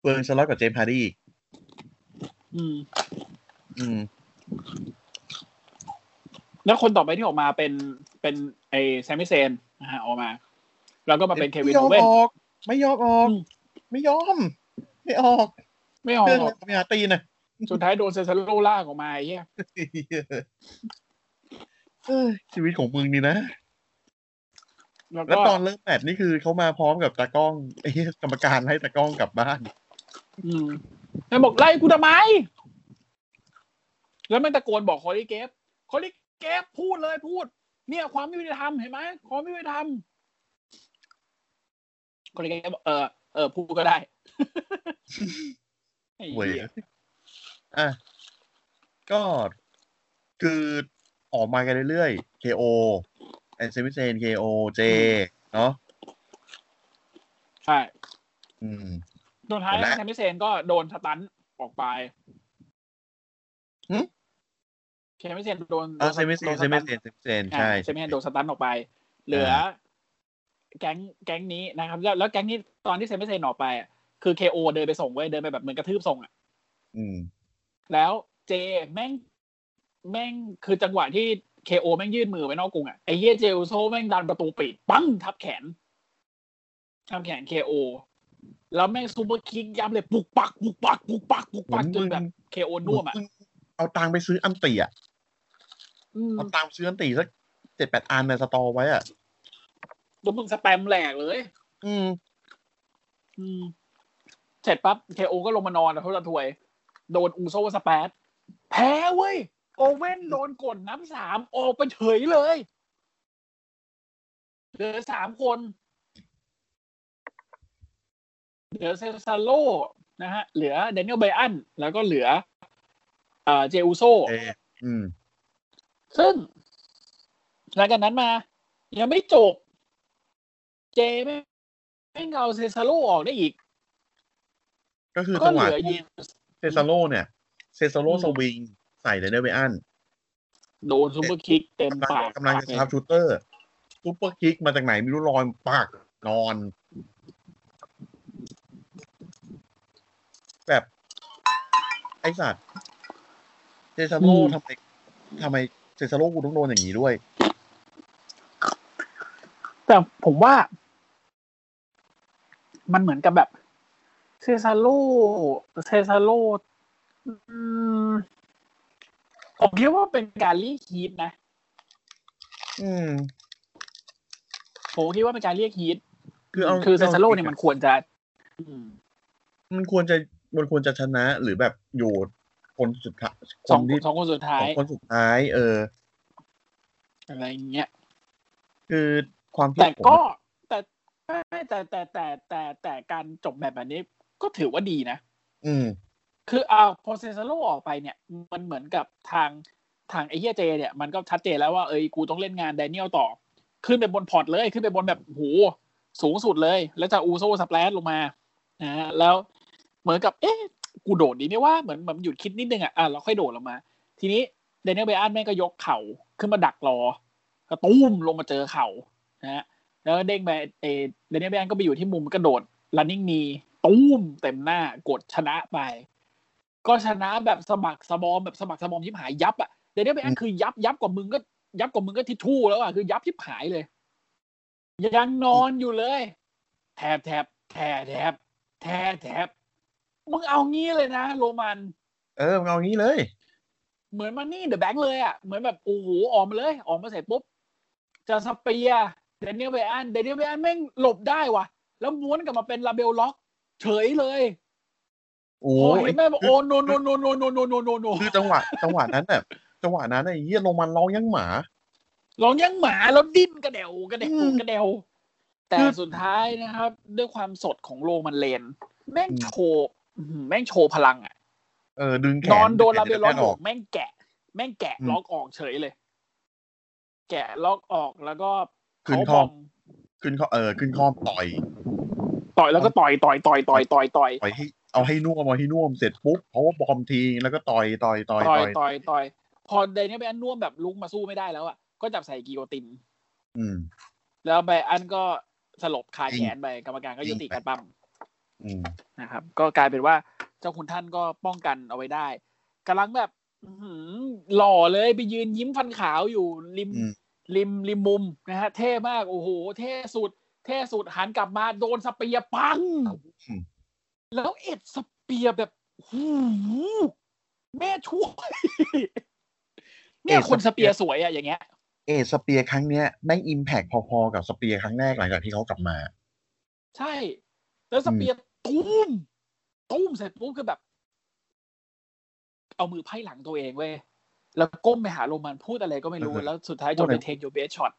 Speaker 2: เบิร์นสล็อตกับเจมส์ฮาร์ดี้อีก
Speaker 3: อืม
Speaker 2: อืม
Speaker 3: แล้วคนต่อไปที่ออกมาเป็นเป็นไอแซมมิเซนนะฮะออกมา แล้วก็มาเป็นเควิน
Speaker 2: ไม่ย
Speaker 3: โอ
Speaker 2: อม
Speaker 3: เว่น
Speaker 2: ออก ไม่ยอมออก
Speaker 3: อืม
Speaker 2: ไม่ยอม ไม่ออก
Speaker 3: ไม่ออ
Speaker 2: เครื่อง
Speaker 3: ก
Speaker 2: ไม่หาตีน นะ
Speaker 3: สุดท้ายโดนเซซาโลลากออกมาไอ้เหี้ย
Speaker 2: เอ้ยชีวิตของมึงนี่นะ
Speaker 3: แล้ว
Speaker 2: แล้ว
Speaker 3: ก็
Speaker 2: ตอนเริ่มแมตช์นี่คือเขามาพร้อมกับตากล้อง ไอ้เหี้ยกรรมการให้ตากล้องกลับบ้าน
Speaker 3: อืมแล้วบอกไล่กูทำไม แล้วมันตะโกนบอกคอรี่เกฟคอรี่เกฟพูดเลยพูด เนี่ยความไม่ยุติธรรมเห็นไหมความไม่ยุติธรรมคอรี่เกฟบอกเออเออพูดก็ได้ ไอ้
Speaker 2: เว้ย
Speaker 3: เหี้ย
Speaker 2: อ่ะ ก็คือออกมากันเรื่อยๆ KO ไอเซมิเซน KO เจ เนาะ
Speaker 3: ใช่
Speaker 2: อืม
Speaker 3: สุดท้าย
Speaker 2: หมดละ
Speaker 3: แซมมิเซนก็โดนสตันออกไป
Speaker 2: หึ
Speaker 3: แซมมิเซนโดน
Speaker 2: เออเซมิเซนเซมิเซนเซมิเซนใช่
Speaker 3: อ่าแซมมิเซนโดนสตันออกไป เหลือ แก๊งแก๊งนี้นะครับ แล้วแล้วแก๊งนี้ตอนที่เซนไม่เซนออกไปอะคือเคโอเดินไปส่งไว้ยเดินไปแบบเหมือนกระทืบส่งอ่ะ
Speaker 2: อืม
Speaker 3: แล้วเจแม่งแม่งคือจังหวะที่เคโอแม่งยื่นมือไปนอกกรุงอ่ะไอ้เหี้ยเจลโซแม่งดันประตูปิดปั้งทับแขนทับแขนเคโอแล้วแม่งซูเปอร์คิกย้ำเลยปุกปักปุกปักปุกปักปุกปัก
Speaker 2: เหมื
Speaker 3: จ
Speaker 2: อนมึ
Speaker 3: น
Speaker 2: ง
Speaker 3: แบบเคโอน่วมอ่ะ
Speaker 2: เอาตังค์ไปซื้ออันตีอ่ะ
Speaker 3: อืม
Speaker 2: เอาตังค์ไปซื้ออันตีสักเจ็ดแปดอันในสตอไว้อ่ะ
Speaker 3: จนมึงสแปมแหลกเลย
Speaker 2: อืม
Speaker 3: อืมเสร็จปั๊บเคโอก็ลงมานอนแล้วทุรนทวย โดนอูโซสแปดแพ้เว้ย โอเว่นโดนกดน้ำสามออกไปเฉยเลยเหลือสามคนเหลือเซซาโลนะฮะ เหลือเดน i e l ลไบอัน แล้วก็เหลือเอ่อเจอูโซ
Speaker 2: เจ อืม
Speaker 3: ซึ่งหลังจากนั้นมา ยังไม่จบ เจไม่ไม่งเอาเซซาโลออกได้อีก
Speaker 2: ก็คือ
Speaker 3: ก็
Speaker 2: จังห
Speaker 3: เห
Speaker 2: วะ
Speaker 3: ลือยิง
Speaker 2: เซซาโลเนี่ย เซซาโล
Speaker 3: อืม
Speaker 2: สวิงใส่เดนเนอร์เบอัน
Speaker 3: โดนซูเปอร์คิกเต็ม
Speaker 2: กำลัง
Speaker 3: ปาก
Speaker 2: กำลังจะชาร์ปชูเตอร์ซูเปอร์คิกมาจากไหนไม่รู้ลอยปากนอน แบบ ไอสัตว์เจซาโร่ทำไมทำไมเจซาโร่กูต้องโดนอย่างนี้ด้วย
Speaker 3: แต่ผมว่า มันเหมือนกับแบบเซซาโลเซซาโลอืมผมคิดว่าเป็นการเรียกฮีทนะ
Speaker 2: อืม
Speaker 3: ผมคิดว่าเป็นการเรียกฮีท
Speaker 2: คือเอา
Speaker 3: คือเซซาโลเนี่ยมันควรจะ อืม
Speaker 2: มันควรจะมันควรจะชนะหรือแบบอยู่คนสุดท้าย
Speaker 3: สอง
Speaker 2: ที่
Speaker 3: สองคนสุด
Speaker 2: ส
Speaker 3: ท้า
Speaker 2: อย งคนสุดท้าย เออ
Speaker 3: อะไรอย่างเงี้ย
Speaker 2: คือความคิด
Speaker 3: แต่
Speaker 2: ผม
Speaker 3: ก็แต่ไม่แต่แต่แต่แต่แต่การจบแบบแบบนี้ก็ถือว่าดีนะ
Speaker 2: อืม
Speaker 3: คือเอาพอเซซาโลออกไปเนี่ย มันเหมือนกับทางทางไอเฮียเจ เนี่ยมันก็ชัดเจนแล้วว่าเอ้ยกูต้องเล่นงานแดเนียลต่อ ขึ้นไปบนพอร์ตเลยขึ้นไปบนแบบโอ้โหสูงสุดเลย แล้วจะอูโซสแปลชลงมานะฮะแล้วเหมือนกับเอ๊ะกูโดดดีไหมว่าเหมือนเหมือนหยุดคิดนิดนึงอ่ะอ่ะเราค่อยโดดลงมา ทีนี้แดเนียลเบอันแม่งก็ยกเข่าขึ้นมาดักรอกระตุ้มลงมาเจอเข่านะฮะแล้วเด้งไปเอเดเนียลเบอันก็ไปอยู่ที่มุมกระโดด running knee ตุ้มเต็มหน้ากดชนะไป ก็ชนะแบบสมัครสบอมแบบสมัครสบอมทิพหายยับอ่ะเดนเนียลเบอันคือยับยับกว่ามึงก็ยับกว่ามึงก็ทิชชู่แล้วอ่ะคือยับทิพหายเลย ยังนอนอยู่เลย แทบแทบแทบแทบแทบแทบมึงเอางี้เลยนะ โรมัน
Speaker 2: เออมึงเอางี้เลย
Speaker 3: เหมือนมันนี่เดอะแบงค์เลยอ่ะเหมือนแบบโอ้โหออกมาเลย ออกมาเสร็จปุ๊บ จะสเปียร์เดนเนียลเบอันเดนเนียลเบอันแม่งหลบได้ว่ะ แล้วม้วนกลับมาเป็นลาเบลล็อก เฉยเลย
Speaker 2: โอ้
Speaker 3: โอ้
Speaker 2: ย
Speaker 3: ยแม่บอกโอ้โนโนโนโนโนโนโนโนโน
Speaker 2: คือจังหวะ จังหวะนั้นน่ะจังหวะนั้นน่ะไอ้เหี้ยลงมันร้องยังหมา
Speaker 3: ร้องยังหมาแล้วดิ้นกระเดวกระเด
Speaker 2: อื
Speaker 3: ว
Speaker 2: ม
Speaker 3: กระเดวแต่
Speaker 2: คือ
Speaker 3: สุดท้ายนะครับ ด้วยความสดของโรมันเลน แม่ง
Speaker 2: อืม
Speaker 3: โชว์อื้อหือแม่งโชว์พลังอ่ะ
Speaker 2: เออดึงแขน
Speaker 3: นอนโดนลาเบ
Speaker 2: ดึ
Speaker 3: ล
Speaker 2: ง
Speaker 3: ล็อ
Speaker 2: แข
Speaker 3: ก
Speaker 2: น
Speaker 3: อ
Speaker 2: อ
Speaker 3: อ
Speaker 2: อก ก
Speaker 3: แม่งแกะ แม่งแกะ
Speaker 2: อืม
Speaker 3: ล็อกออกเฉยเลย แกะล็อกออกแล้วก็
Speaker 2: ขึ้นค
Speaker 3: เขาบ
Speaker 2: ล่อ
Speaker 3: อ
Speaker 2: ม
Speaker 3: ม
Speaker 2: ขึ้นข้อเออขึ้นข้อต่อย
Speaker 3: ต่อยแล้วก็ต่อยต่อยต่อยต่อยต่อยต่อย
Speaker 2: ต่อยให้เอาให้น่วมเอาให้น่วมเสร็จปุ๊บเพราะว่าบอมทีแล้วก็ต่อยต่อยต่อย
Speaker 3: ต่อ
Speaker 2: ต่
Speaker 3: ย
Speaker 2: อย
Speaker 3: ต่อยต่อยพอเดนเนี่ยไปอันน่วมแบบลุกมาสู้ไม่ได้แล้วอ่ะก็จับใส่กิโยติน
Speaker 2: อืม
Speaker 3: แล้วไปอันก็สลบคาแขนไปกรรมการก็ยุติ
Speaker 2: ยิงไป
Speaker 3: การปั้ม
Speaker 2: อืม
Speaker 3: นะครับก็กลายเป็นว่าเจ้าคุณท่านก็ป้องกันเอาไว้ได้กำลังแบบอื้อหือหล่อเลยไปยืนยิ้มฟันขาวอยู่ริม
Speaker 2: อืม
Speaker 3: ริมริมมุมนะฮะเท่มากโอ้โห เท่สุด เท่สุดหันกลับมาโดนสเปียร์ปัง แล้วเอ็ดสเปียร์แบบหูแม่ช่วยเนี่ยคนสเปียร์สวยอะอย่างเงี้ย
Speaker 2: เอสเปียร์ครั้งเนี้ยได้อิมแพกพอๆกับสเปียร์ครั้งแรกหลังจากที่เขากลับมา
Speaker 3: ใช่ แล้วสเปียร์ตุ้มตุ้มเสร็จปุ๊บคือแบบ เอามือไพ่หลังตัวเองเว้ย แล้วก้มไปหาโรมันพูดอะไรก็ไม่รู้
Speaker 2: เออ
Speaker 3: แล้วสุดท้ายจ
Speaker 2: พู
Speaker 3: น
Speaker 2: ดอะไร
Speaker 3: ไปเทคโยเบสช็อต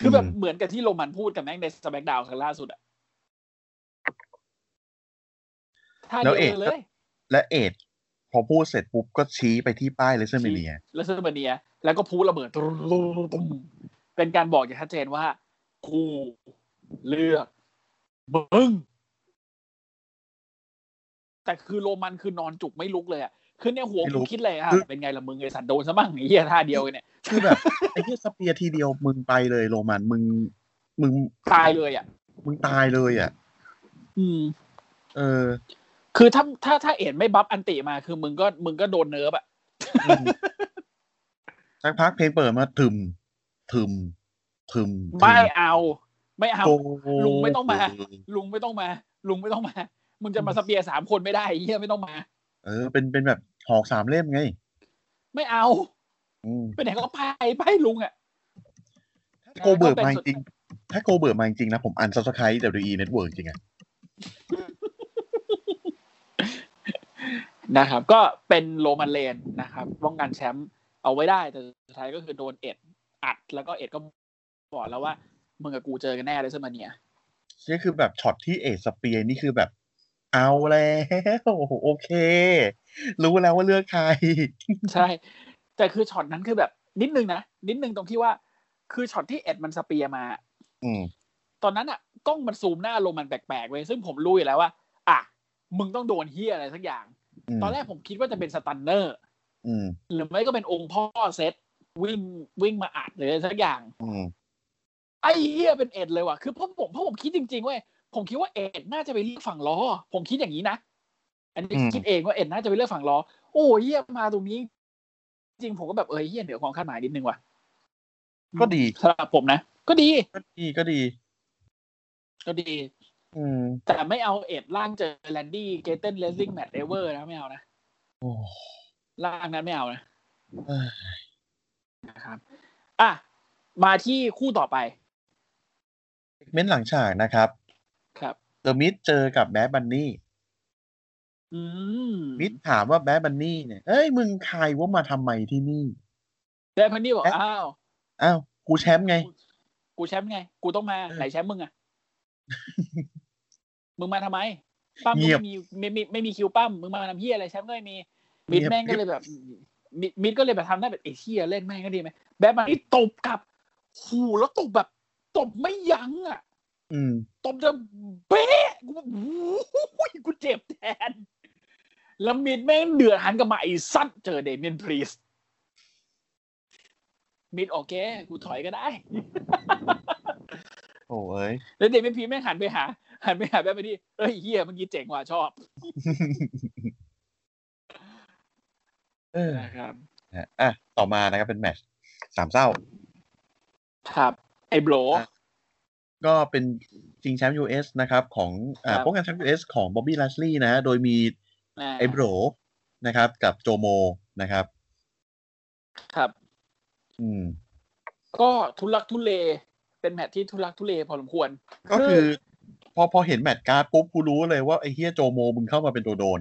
Speaker 3: คือแบบ
Speaker 2: อืม
Speaker 3: เหมือนกับที่โรมันพูดกับแม็กในสแบกดาวครั้งล่าสุดอะท่าเดียวกันเลย
Speaker 2: และเอดพอพูดเสร็จปุ๊บก็ชี้ไปที่ป้ายเลเซอร์เมเนีย
Speaker 3: แล้วเซอร์เบเนีย แล้วก็พูดระเบิดตุ้มตุ้มเป็นการบอกอย่างชัดเจนว่ากูเลือกมึง แต่คือโรมันคือนอนจุกไม่ลุกเลยอ่ะ คือเนี่ยหัวกูคิดเลยอ่ะ เป็นไงละมึงไอสัตว์โดนซะมั่งไอ้เหี้ยท่าเดียวเนี่ย
Speaker 2: คือแบบไอ้เหี้ยสเปียร์ทีเดียวมึงไปเลยโรมันมึงมึง
Speaker 3: ตายเลยอ่ะ
Speaker 2: มึงตายเลยอ่ะ
Speaker 3: อืม
Speaker 2: เออ
Speaker 3: คือถ้าถ้าถ้าเอ็นไม่บัฟอันติมา คือมึงก็มึงก็โดนเนิร์ฟอ่ะ
Speaker 2: อืมสักพักเพลงเปิดมาถึมถึมถึมถึ
Speaker 3: ไม่เอา ไม่เอา
Speaker 2: โก
Speaker 3: ลุงไม่ต้องมา ลุงไม่ต้องมา ลุงไม่ต้องมา มึงจะมาสเปียร์สามคนไม่ได้ไอ้เหี้ยไม่ต้องมา
Speaker 2: เออ เป็นเป็นแบบหอกสามเล่มไง
Speaker 3: ไม่เอา
Speaker 2: อืม
Speaker 3: ไปไหนก็ไปไปลุงอ่ะ
Speaker 2: ถ้าโกเบิร์ด
Speaker 3: ก็เป็น
Speaker 2: มาจ
Speaker 3: สุด
Speaker 2: ริงๆถ้าโกเบิร์ดมาจริงๆนะผมอันซับสไครต์ WWE Network จริงอะ
Speaker 3: นะครับ ก็เป็นโรมันเลนนะครับป้องกันแชมป์เอาไว้ได้แต่สุดท้ายก็คือโดนเอ็ดอัดแล้วก็เอ็ดก็บอกแล้วว่า มึงกับกูเจอกันแน่เลยสมา เนีย
Speaker 2: นี่คือแบบช็อตที่เอสเปียนี่คือแบบ เอาแล้วโอเค รู้แล้วว่าเลือกใคร
Speaker 3: ใช่ แต่คือช็อตนั้นคือแบบนิดนึงนะ นิดนึงตรงที่ว่า คือช็อตที่เอ็ดมันสเปียร์มา
Speaker 2: อืม
Speaker 3: ตอนนั้นอ่ะกล้องมันซูมหน้าโรมันแปลกๆเว้ยซึ่งผมรู้อยู่แล้วว่า อ่ะ มึงต้องโดนเฮียอะไรสักอย่าง
Speaker 2: อืม
Speaker 3: ตอนแรกผมคิดว่าจะเป็นสตันเนอร์
Speaker 2: อืม
Speaker 3: หรือไม่ก็เป็นองค์พ่อเซตวิ่งวิ่งมาอัดหรืออะไรสักอย่าง
Speaker 2: อืม
Speaker 3: ไอ้เหี้ยเป็นเอ็ดเลยว่ะ คือเพราะผมเพราะผมคิดจริงๆเว้ย ผมคิดว่าเอ็ดน่าจะไปเลือกฝั่งล้อ ผมคิดอย่างนี้นะ อันนี้คิดเองว่าเอ็ดน่าจะไปเลือกฝั่งล้อ โอ้ยเหี้ยมาตรงนี้ จริงผมก็แบบเออเหี้ยเหนือความคาดหมายนิดนึงว่ะ
Speaker 2: ก็ดี
Speaker 3: สำหรับผมนะ ก็ดี
Speaker 2: ก็ดีก็ดี
Speaker 3: ก็ดี
Speaker 2: อืม
Speaker 3: แต่ไม่เอาเอ็ดล่างเจอแลนดี้เกเตนเลสซิ่งแมตช์เอเวอร์นะไม่เอานะ
Speaker 2: โอ้
Speaker 3: ล่างนั้นไม่เอานะ
Speaker 2: เอ้ย
Speaker 3: นะครับอ่ะมาที่คู่ต่อไป
Speaker 2: เม้นหลังฉากนะครับ
Speaker 3: ครับ
Speaker 2: เดอะมิดเจอกับแบดบันนี่
Speaker 3: อืม
Speaker 2: มิดถามว่าแบดบันนี่เนี่ยเอ้ยมึงใครว่ามาทำไมที่นี่
Speaker 3: แต่พันนี่บอกอ้าว
Speaker 2: อ้าวกูแชมป์ไง
Speaker 3: กูแชมป์ไง กูต้องมาไหนแชมป์มึงอะ มึงมาทำไม ปั้มก็
Speaker 2: เงียบ
Speaker 3: ไม่มีไม่มีไม่มีคิวปั้มมึงมาทำเฮียอะไรแชมป์ก็ไม่มี
Speaker 2: เงี
Speaker 3: มิ
Speaker 2: ย
Speaker 3: ด
Speaker 2: บ
Speaker 3: แม่งก็เลยแบบมิดมิดก็เลยแบบทำได้แบบไอ้เฮียเล่นแม่งก็ดีไหมแบทมันนี่ตบกลับหูแล้วตบแบบตบไม่ยั้งอ่ะ
Speaker 2: อืม
Speaker 3: ตบจะเป๊ะกูแบบโอ้ยกูเจ็บแทน แล้วมิดแม่งเดือดหันกลับมาไอ้สัตว์เจอเดเมียนพรีสมิดโอเค กูถอยก็ได้
Speaker 2: โอ้ย
Speaker 3: แล้วเดเมียนพรีสแม่งหันไปหา หันไปหาแบบไปที่เอ้ยเฮียเมื่อกี้เจ๋งว่ะชอบ
Speaker 2: เออ
Speaker 3: นะครับ
Speaker 2: นะอ่ะ ต่อมานะครับเป็นแมตชสามเศร้า
Speaker 3: ครับ ไอ้โบร
Speaker 2: อ่ะ ก็เป็นชิงแชมป์ US นะครับ ของอ่า
Speaker 3: ครับ
Speaker 2: ป้องกันแชมป์ US ของบ๊อบบี้ลัสลีนะฮะ โดยมี
Speaker 3: นะ
Speaker 2: ไอโบรนะครับ กับโจโมนะครับ
Speaker 3: ครับ
Speaker 2: อืม
Speaker 3: ก็ทุลักทุเล เป็นแมตช์ที่ทุลักทุเลพอสมควร
Speaker 2: ก็คือ พอพอเห็นแมตช์การ์ดปุ๊บกูรู้เลยว่าไอ้เฮียโจโมมึงเข้ามาเป็นตัวโดน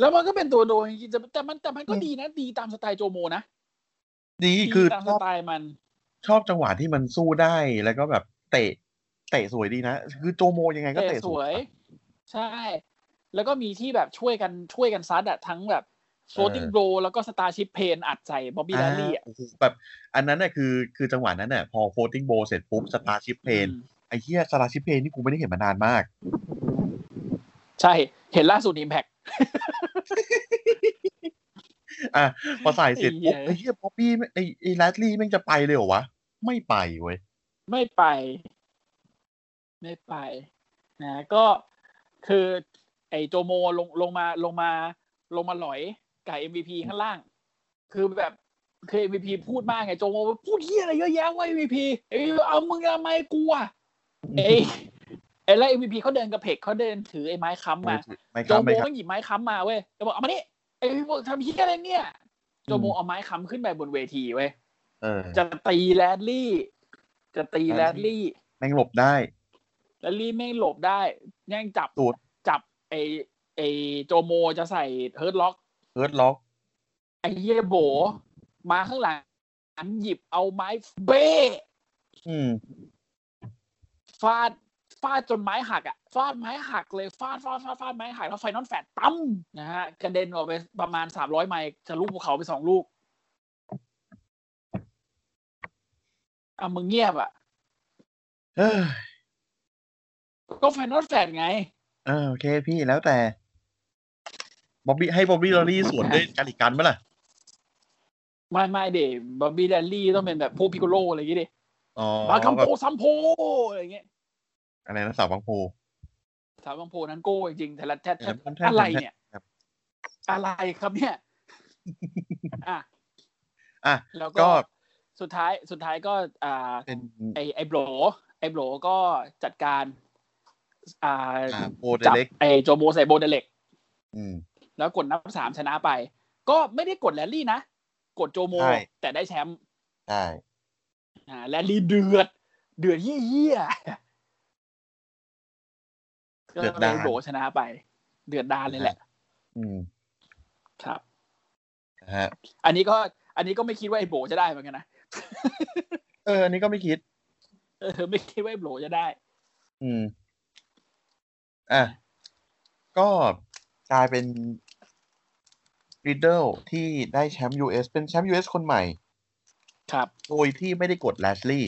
Speaker 3: แล้วมันก็เป็นตัวโดนจริงๆแต่แต่มันแต่มันก็ดีนะ ดีตามสไตล์โจโมนะ
Speaker 2: นี่
Speaker 3: ดี
Speaker 2: คือ
Speaker 3: ตาม
Speaker 2: ช
Speaker 3: ส
Speaker 2: อบ
Speaker 3: ไตล์มัน
Speaker 2: ชอบจังหวะที่มันสู้ได้แล้วก็แบบเตะ เตะสวยดีนะ คือโจโมยังไงก็
Speaker 3: เตะ
Speaker 2: เตะ
Speaker 3: ส
Speaker 2: ส
Speaker 3: ว
Speaker 2: วย ย
Speaker 3: ใช่ แล้วก็มีที่แบบช่วยกันช่วยกันซัดอะทั้งแบบ floating
Speaker 2: เออ
Speaker 3: blow แล้วก็ starship pain อัดใส่บ๊อบบี้ลาลี่
Speaker 2: อ่า
Speaker 3: อะ
Speaker 2: โอ้โหแบบอันนั้นน่ะคือคือจังหวะนั้นน่ะพอโฟติงโบเสร็จปุ๊บสตาร์ชิพเพน
Speaker 3: อืม
Speaker 2: ไอ้เหี้ยสตาร์ชิพเพนนี่กูไม่ได้เห็นมานานมาก
Speaker 3: ใช่ เห็นล่าสุด impact
Speaker 2: อ่ะพอใส่เสร็จปุ๊บ
Speaker 3: ไอ้
Speaker 2: ไอ้
Speaker 3: เหี้
Speaker 2: เหี้
Speaker 3: ย
Speaker 2: ยป๊อปปี้ไม่ไอ้ไอ้แรดลี่แม่งจะไปเลยเหรอวะ ไม่ไปเว้ย
Speaker 3: ไม่ไป ไม่ไป นะ ก็คือไอ้โจโมลงลงมาลงมาลงมาหลอยกับ MVP ข้างล่าง คือแบบคือ MVP พูดมากไงโจโมพูดเฮียอะไรเยอะแยะวะ MVP เอ้ยเอามึงทำไมกูอะ เอ้ย ไอ้แล้ว MVP เขาเดินกระเพกเขาเดินถือไอ้ไม้ค้ำมา
Speaker 2: ไม่ค
Speaker 3: โจ
Speaker 2: รับ
Speaker 3: โม
Speaker 2: ไม่ครับ
Speaker 3: ต้องหยิบไม้ค้ำมาเว้ยโจโมเอามานี่ไอ้พวกทำเฮียอะไรเนี่ย โจโม
Speaker 2: อืม
Speaker 3: เอาไม้ค้ำขึ้นไปบนเวทีเว้ย
Speaker 2: เออ
Speaker 3: จะตีแรดลี่ จะตีแร
Speaker 2: แร
Speaker 3: ด
Speaker 2: ดลี่
Speaker 3: ลี่
Speaker 2: แม่งหลบได้
Speaker 3: แรดลี่ไม่งหลบได้แย่งจับ
Speaker 2: ตูด
Speaker 3: จับไอ้ไอ้โจโมจะใส่เฮิร์ทล็อก
Speaker 2: เฮิร์ตล็อก
Speaker 3: ไอ้เฮียโบ มาข้างหลังอันหยิบเอาไม้เบ้
Speaker 2: อืม
Speaker 3: ฟาดฟาดจนไม้หักอ่ะฟาดไม้หักเลยฟาดฟาดฟาดฟาดไม้หักแล้วไฟนอนแฟดตั้มนะฮะกระเด็นออกไปประมาณสามร้อยไมล์จะลูกภูเขาไปสองลูกอ่ะมึงเงียบอ่ะ
Speaker 2: เอย
Speaker 3: ก็ไฟนอนแฟดไง
Speaker 2: เออโอเคพี่แล้วแต่บ๊อบบี้ให้บ๊อบบี้ลอรี่สวนด้วยการอีกกันเมื่อไหร่ะ
Speaker 3: ไม่ไม่เดบอบบี้แดนลี่ต้องเป็นแบบพวกพิโกโลอะไรอย่างเงี้ยดิ
Speaker 2: อ๋อบ
Speaker 3: าคัม
Speaker 2: แบบ
Speaker 3: โปซัมโพอะไรอย่างเงี้ย
Speaker 2: อะไรนะสาวบางโพ
Speaker 3: สามบางโพนั้นโก้จริงๆแต่ละแทบแทบ
Speaker 2: แทบแทบ
Speaker 3: อะไรเนี่ย
Speaker 2: ครับ
Speaker 3: อะไรครับเนี่ย อ่ะ
Speaker 2: อ่ะ
Speaker 3: แล้ว
Speaker 2: ก็
Speaker 3: ก็สุดท้ายสุดท้ายก็อ่า
Speaker 2: เป็น
Speaker 3: ไอไอโบรไอโบรก็จัดการอ่า
Speaker 2: อ่าโปเด
Speaker 3: จับ
Speaker 2: เล็ก
Speaker 3: ไอโจโบใส่โบเดเล็ก
Speaker 2: อืม
Speaker 3: แล้วกดนับสามชนะไป ก็ไม่ได้กดแรลลี่นะ กดโจโม
Speaker 2: ใช่
Speaker 3: แต่ได้แชมป์
Speaker 2: ใช่
Speaker 3: อ่าแรลลี่เดือด เดือดเยี่ยๆก็เลยโบรชนะไป เดือดดานเลยแหละ
Speaker 2: อืม
Speaker 3: ครับ
Speaker 2: นะฮะ
Speaker 3: อันนี้ก็อันนี้ก็ไม่คิดว่าไอโบรจะได้เหมือนกันนะ
Speaker 2: เอออันนี้ก็ไม่คิด
Speaker 3: เออไม่คิดว่าไอโบรจะได้
Speaker 2: อืม อ่ะ ก็กลายเป็นริดเดิลที่ได้แชมป์ US เป็นแชมป์ US คนใหม่
Speaker 3: ครับ
Speaker 2: โดยที่ไม่ได้กดแลชลี่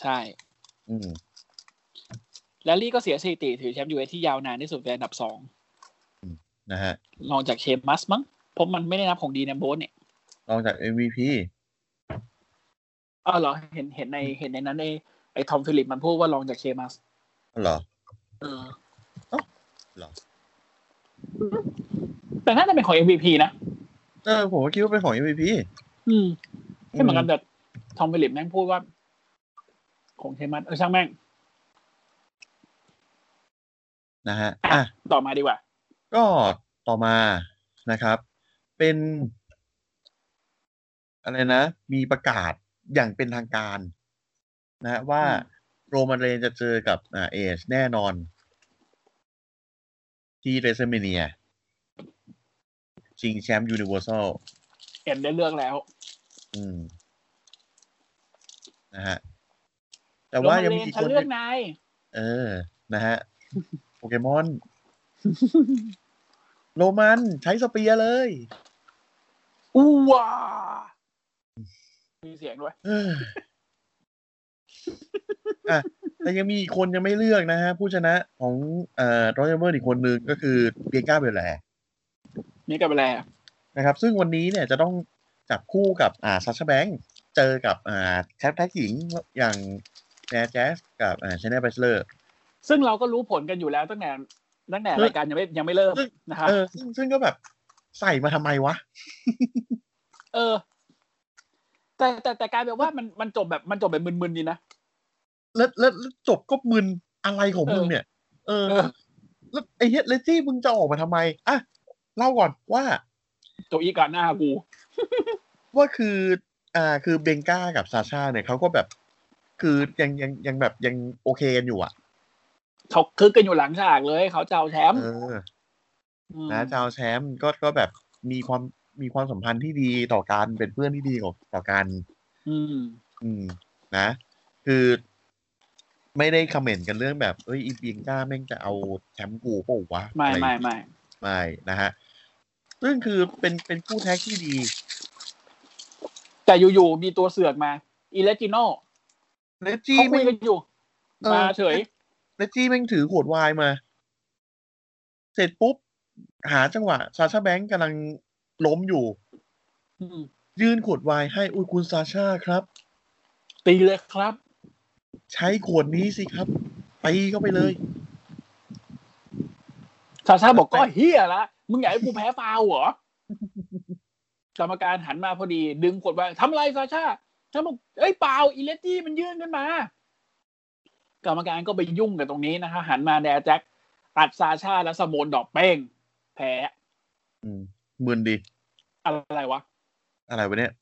Speaker 3: ใช่
Speaker 2: อืม
Speaker 3: แรลลี่ก็เสียสถิติถือแชมป์ยูเอที่ยาวนานที่สุดเป็นอันดับสอง
Speaker 2: นะฮะ
Speaker 3: ลองจากเชมัสมั้งเพราะมันไม่ได้นับของดีแนมโบสเนี่ย
Speaker 2: รองจาก MVP
Speaker 3: อ้าวเหรอเห็นเห็นในเห็นในนั้นไอไอทอมฟิลิปมันพูดว่าลองจากเชมัส
Speaker 2: อ๋อเหรอ
Speaker 3: เออ
Speaker 2: เอ้าเหรอ
Speaker 3: แต่น่าจะเป็นของ MVP นะ
Speaker 2: เออผมก็คิดว่าเป็นของ MVP
Speaker 3: อืมไม่เหมือนกันแต่ทอมฟิลิปแม่งพูดว่า ของเชมัสเออช่างแม่ง
Speaker 2: นะฮะ อ่ะ
Speaker 3: ต่อมาดีกว่า
Speaker 2: ก็ต่อมานะครับ เป็น อะไรนะ มีประกาศอย่างเป็นทางการ นะฮะว่า
Speaker 3: อืม
Speaker 2: โรมันเรนจะเจอกับอ่าเอชแน่นอน ที่เรซเมเนียชิงแชมป์ยูนิเวอร์แซล
Speaker 3: เอ็นได้เลือกแล้ว
Speaker 2: อืมนะฮะ แต่ว่า
Speaker 3: ล
Speaker 2: ยัง
Speaker 3: เล
Speaker 2: มี
Speaker 3: น
Speaker 2: อีก
Speaker 3: ฉั
Speaker 2: คน น
Speaker 3: เลือกนาย
Speaker 2: เออ นะฮะ โปเกมอน โรมันใช้สเปียร์เลย
Speaker 3: อู้ว้ามีเสียงด้วย
Speaker 2: เอ ออ่ะแต่ยังมีอีกคนยังไม่เลือกนะฮะ ผู้ชนะของเอ่อรอยัลเบอร์อีกคนนึงก็คือเบียก้าเบลแล
Speaker 3: นี่กับแล
Speaker 2: นะครับ ซึ่งวันนี้เนี่ยจะต้องจับคู่กับอ่าซัชชแบงค์เจอกับอ่าแคทแท็กหญิงอย่างแนแจสกับอ่าชแนลเบสเลอร์
Speaker 3: ซึ่งเราก็รู้ผลกันอยู่แล้วตั้งแต่ตั้งแต่รายการยังไม่ยังไม่เริ่มนะฮะ
Speaker 2: เออซึ่งซึ่งก็แบบใส่มาทำไมวะ
Speaker 3: เออ แต่แต่แต่กลายเป็นว่ามันมันจบแบบมันจบแบบมึนๆนี่นะ
Speaker 2: แล้วแล้วแล้วจบก็มึนอะไรของมึงเนี่ย เออ
Speaker 3: เออ
Speaker 2: แล้วไอ้เฮดเลจี้มึงจะออกมาทำไม อ่ะ เล่าก่อนว่า
Speaker 3: โจอีก่อนหน้ากู
Speaker 2: ว่าคือ อ่า คือเบงก้ากับซาชาเนี่ยเขาก็แบบ คือยังยังยังแบบยังโอเคกันอยู่อ่ะ
Speaker 3: เขาคึกกันอยู่หลังฉากเลย เขาจะเอาแชมป์
Speaker 2: เออ
Speaker 3: ม
Speaker 2: นะเจ้าแชมป์ก็ก็แบบมีความมีความสัมพันธ์ที่ดีต่อกันเป็นเพื่อนที่ดีของต่อกัน
Speaker 3: อืม
Speaker 2: อืมนะ คือไม่ได้คอมเมนต์กันเรื่องแบบเอ้ยอีเบียงก้าแม่งจะเอาแชมป์กูเปล่าวะ
Speaker 3: ไม่
Speaker 2: อะร
Speaker 3: ไม่ไม่
Speaker 2: ไม่นะฮะซึ่งคือเป็นเป็นคู่แท็กที่ดี
Speaker 3: แต่อยู่ๆมีตัวเสือกมาอิเลจิโน
Speaker 2: เลสจี้
Speaker 3: เขาคุ
Speaker 2: ไม่
Speaker 3: ย
Speaker 2: ง
Speaker 3: กันอยู่
Speaker 2: เออ
Speaker 3: มาเฉย
Speaker 2: เลสจี้แม่งถือขวดไวายมา เสร็จปุ๊บ หาจังหวะซาชาแบงก์กำลังล้มอยู่
Speaker 3: อืม
Speaker 2: ยื่นขวดไวายให้อุ้ยคุณซาชาครับ
Speaker 3: ตีเลยครับ
Speaker 2: ใช้ขวดนี้สิครับตีเข้าไปเลย
Speaker 3: ชาชาบอกก็เฮียละมึงอยากให้กูแพ้ฟาวเหรอ กรรมการหันมาพอดี ดึงขวดไวน์ทำอะไรซาชาชาบอกเอ้ยเปล่าอิเลจี้มันยื่นขึ้นมา กรรมการก็ไปยุ่งกับตรงนี้นะคะ หันมาแดร์แจ็คตัดซาชาแล้วสโมนดอกเป้ง แพ้
Speaker 2: อืมมึนดี
Speaker 3: อะไรวะ
Speaker 2: อะไรวะเนี่ย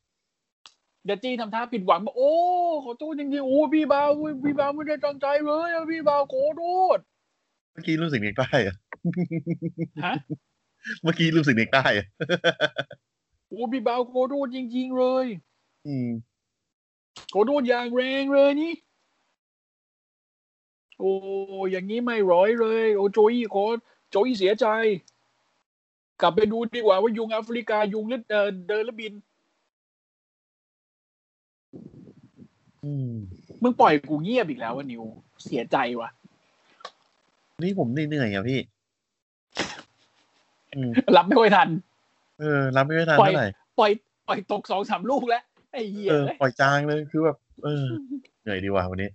Speaker 3: เดยวจี้ทำท่าผิดหวังบอกโอ้ขอโทษจริงๆโอ้พี่บาวอุ๊ยพี่บาวไม่ได้ตั้งใจเลยอะพี่บาวขอโทษ
Speaker 2: เมื่อกี้รู้สึกเน็กใต้เหรอะ
Speaker 3: ฮะ
Speaker 2: เมื่อกี้รู้สึกเน็กใต้เหรอะ
Speaker 3: โอ้พี่บาวขอโทษจริง ๆ เลย
Speaker 2: อืม
Speaker 3: ขอโทษอย่างแรงเลยนี่ โอ้อย่างนี้ไม่ร้อยเลย โอ้โจอี้ขอโจอี้เสียใจ กลับไปดูดีกว่าว่ายุงแอฟริกายุงหรือเอ่อเดินหรือบิน
Speaker 2: อืม
Speaker 3: มึงปล่อยกูเงียบอีกแล้ววะนิวเสียใจว่ะ
Speaker 2: นี่ผมเหนื่อยๆอะพี่ อืม
Speaker 3: รับไม่ค่อยทัน
Speaker 2: เออ รับไม่ทันเท่าไหร่
Speaker 3: ปล่อยปล่อยตกสองสามลูกแล้วไอ้เหี้ย
Speaker 2: เออ
Speaker 3: เลย
Speaker 2: ปล่อยจางเลยคือแบบเออ เหนื่อยดีว่ะวันนี้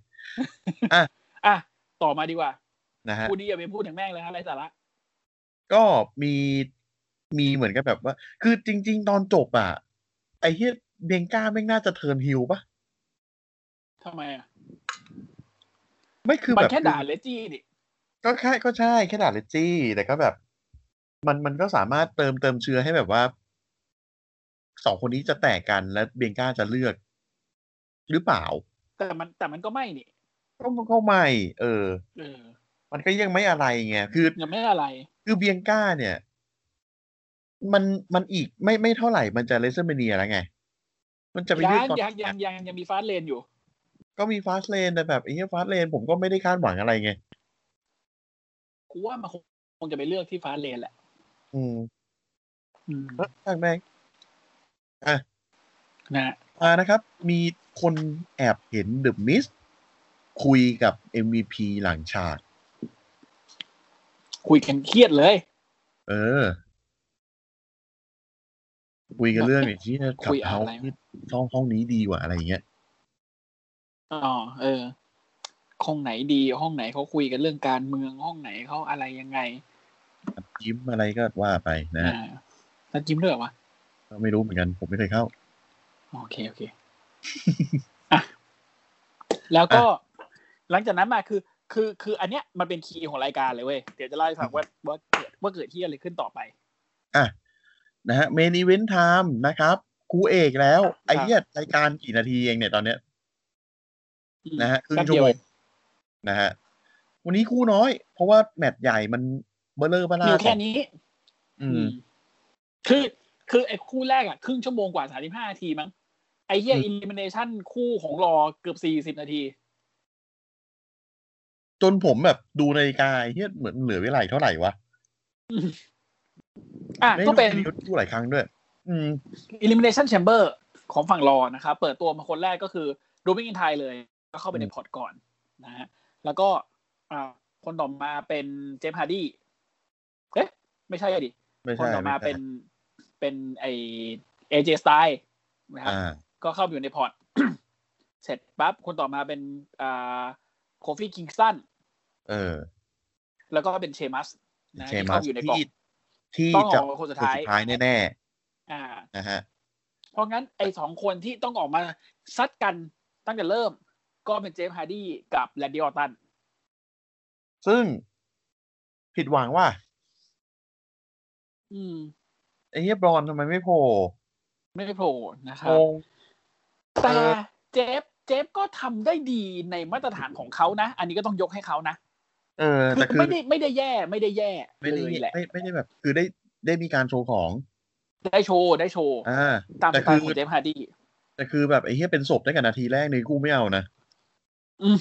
Speaker 3: อ่ะ ต่อมาดีกว่า
Speaker 2: นะฮะ
Speaker 3: พูดดีอย่าไปพูดถึงแม่งเลยฮะไรสาระ
Speaker 2: ก็มีมีเหมือนกับแบบว่า คือจริง ๆ ตอนจบอ่ะ ไอ้เฮียเบงก้าไม่งน่าจะเทิร์นฮิลปะ
Speaker 3: ทำไมอ่ะ
Speaker 2: ไม่คือ
Speaker 3: มัน
Speaker 2: แบบ
Speaker 3: แค่ด่าเลจี้ดิ
Speaker 2: ก็แค่ก็ใช่แค่ด่าเลจี้ แต่ก็แบบ มันมันก็สามารถเติมเติมเชื้อให้แบบว่าสองคนนี้จะแตกกันและเบงก้าจะเลือก หรือเปล่า
Speaker 3: แต่มันแต่มันก็ไม่นี่
Speaker 2: ก็ก็ไม่ เออ
Speaker 3: เออ
Speaker 2: มันก็ยังไม่อะไรไงคือ
Speaker 3: ยังไม่อะไร
Speaker 2: คือเบียงก้าเนี่ย มันมันอีกไม่ไม่เท่าไหร่มันจะเลเซอร์เมเนียแล้วไง มันจะไป
Speaker 3: ยั
Speaker 2: ยืด
Speaker 3: ง
Speaker 2: ตอน
Speaker 3: ยังยังยังยังมีฟาสเลนอยู่
Speaker 2: ก็มีฟาสเลนแต่แบบไอ้เนี้ยฟาสเลนผมก็ไม่ได้คาดหวังอะไรไง
Speaker 3: กูว่ามันคงคงจะไปเลือกที่ฟาสเลนแหละ
Speaker 2: อืม
Speaker 3: อืม
Speaker 2: แล้วทางแบงค์
Speaker 3: นะฮะ
Speaker 2: มานะครับ มีคนแอบเห็นเดอะมิสคุยกับ MVP หลังฉาก
Speaker 3: คุยกันเครียดเลย
Speaker 2: เออ คุยกันเรื่องไอ้ที่ขับเฮาที่ห้องห้องนี้ดีกว่าอะไรอย่างเงี้ย
Speaker 3: อ๋อเออ ห้องไหนดีห้องไหนเขาคุยกันเรื่องการเมืองห้องไหนเขาอะไรยังไง
Speaker 2: ยิ้มอะไรก็ว่าไปนะฮะ
Speaker 3: อ่าแล้วจิ้มเลือกวะ
Speaker 2: ก็ไม่รู้เหมือนกัน ผมไม่เคยเข้า
Speaker 3: โอเคโอเค อ่ะแล้วก็ หลังจากนั้นมาคือ คือคืออันเนี้ยมันเป็นคีย์ของรายการเลยเว้ยเดี๋ยวจะเล่าให้ฟังว่าว่าเกิดว่าเกิดที่อะไรขึ้นต่อไป
Speaker 2: อ่ะนะฮะเมน e เวน t t ไทม์นะครับครูเอกแล้ว ไอ้เหี้ยรายการกี่นาทีเองเนี่ยตอนเนี้ย
Speaker 3: อืม
Speaker 2: นะฮะครึ่ง
Speaker 3: แป๊บ
Speaker 2: ชั่วโม
Speaker 3: เดียเอง
Speaker 2: นะฮะวันนี้คู่น้อย เพราะว่าแมตช์ใหญ่มันเบลเลอร์บ
Speaker 3: มี
Speaker 2: ลา
Speaker 3: แค่นี้
Speaker 2: อืม
Speaker 3: คือคือไอ้คู่แรกอ่ะ ครึ่งชั่วโมงกว่าสามสิบห้านาทีมั้งไอ้เหี้ย
Speaker 2: อืม
Speaker 3: อิลิมิเนชันคู่ของรอเกือบสี่สิบนาที
Speaker 2: จนผมแบบดูนาฬิกาเฮียเหมือนเหลือเวลาอีกเท่าไหร่วะ
Speaker 3: อ่ะ
Speaker 2: ได้
Speaker 3: ก็เป็น
Speaker 2: ดูดูหลายครั้งด้วย อืม
Speaker 3: elimination chamber ของฝั่งรอนะครับเปิดตัวมาคนแรกก็คือรูบิงอินไทยเลย ก็เข้าไปในพอร์ตก่อนนะฮะแล้วก็อ่าคนต่อมาเป็นเจมส์ฮาร์ดี้เอ๊ะ ไม่ใช่ดิ
Speaker 2: ไม่
Speaker 3: คน
Speaker 2: ใช่
Speaker 3: ต่อมา
Speaker 2: ไใช่
Speaker 3: เป็นเป็นไอเอเจสไตล์นะครับ
Speaker 2: อ่า
Speaker 3: ก็เข้าไปอยู่ในพอร์ต เสร็จปั๊บ คนต่อมาเป็นอ่าโคฟี่คิงสัน
Speaker 2: เออ
Speaker 3: แล้วก็เป็นเชมัสนะ
Speaker 2: เช
Speaker 3: ที่
Speaker 2: มั
Speaker 3: เข้า
Speaker 2: ส
Speaker 3: ไปอยู่ในกล่อง
Speaker 2: ที่ที่
Speaker 3: ต้องอ
Speaker 2: จะ
Speaker 3: อกมาคนสุดท้าย
Speaker 2: ยแน่
Speaker 3: อ่า
Speaker 2: ๆนะฮะ
Speaker 3: เพราะงั้นไอ้สองคนที่ต้องออกมาซัดกันตั้งแต่เริ่ม ก็เป็นเจมส์ฮาร์ดี้กับแลนดี้ออตตัน
Speaker 2: ซึ่งผิดหวังว่า
Speaker 3: อืม
Speaker 2: ไอ้เฮียบรอนทำไมไม่โผล่
Speaker 3: ไม่ได้โผล่นะครับ
Speaker 2: งง
Speaker 3: แต่
Speaker 2: เออ
Speaker 3: เจฟเจฟก็ทำได้ดีในมาตรฐานของเขานะ อันนี้ก็ต้องยกให้เขานะ
Speaker 2: เออ แต่
Speaker 3: คือ
Speaker 2: คือ
Speaker 3: ไม่ได้ไม่ได้แย่ไม่ได้แย่
Speaker 2: ไม่ได้
Speaker 3: เลยแหละ
Speaker 2: ไม่ไม่ได้แบบ คือได้ได้มีการโชว์ของ
Speaker 3: ได้โชว์ได้โชว์
Speaker 2: อ่า
Speaker 3: ตามส
Speaker 2: แต่
Speaker 3: ไต
Speaker 2: คือ
Speaker 3: ล์ของเจฟฮาร์ดี้
Speaker 2: แต่คือแบบไอ้เฮียเป็นศพได้กับนาทีแรกนี่กูไม่เอานะ
Speaker 3: อืม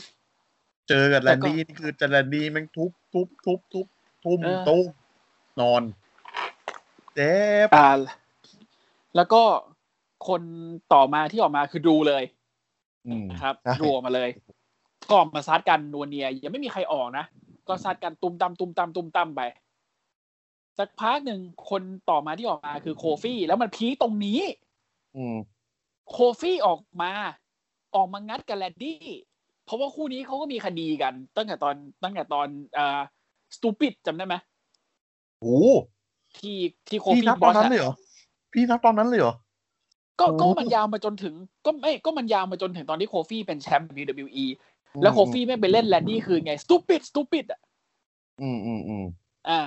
Speaker 2: เจอกับ
Speaker 3: แต่
Speaker 2: แลน
Speaker 3: ก็
Speaker 2: ดี้นี่คือจะแลนดี้แม่งทุบทุบทุบทุบทุ่ม
Speaker 3: เออ
Speaker 2: ตุ้มนอนเจ็บ
Speaker 3: อ่าแล้วก็คนต่อมาที่ออกมาคือดูเลย
Speaker 2: อืม
Speaker 3: นะครับ
Speaker 2: ใช่
Speaker 3: ดูออกมาเลยก็ออกมาซัดกันนัวเนียยังไม่มีใครออกนะก็ซัดกันตุมตำตุมตำตุมตำไป สักพักหนึ่งคนต่อมาที่ออกมาคือโคฟี่ แล้วมันพีคตรงนี้
Speaker 2: อืม
Speaker 3: โคฟี่ออกมา ออกมางัดกับแลนดี้ เพราะว่าคู่นี้เขาก็มีคดีกัน ตั้งแต่ตอนตั้งแต่ตอนอ่าสตูปิดจำได้ไหม
Speaker 2: โอ้
Speaker 3: ที่ที่โค
Speaker 2: พี่
Speaker 3: ฟี่
Speaker 2: นับบ ต
Speaker 3: อ
Speaker 2: อน
Speaker 3: ส
Speaker 2: นั้น
Speaker 3: อะ
Speaker 2: เลยเหรอ พี่นับตอนนั้นเลยเหรอ
Speaker 3: ก็
Speaker 2: โอ้
Speaker 3: ก็มันยาวมาจนถึง ก็ไม่ก็มันยาวมาจนถึงตอนที่โคฟี่เป็นแชมป์ WWE แล้วโคฟี่ไม่ไปเล่นแลนดี้คือไง stupid stupid อ่ะ
Speaker 2: อืมอืมอืม
Speaker 3: อ่า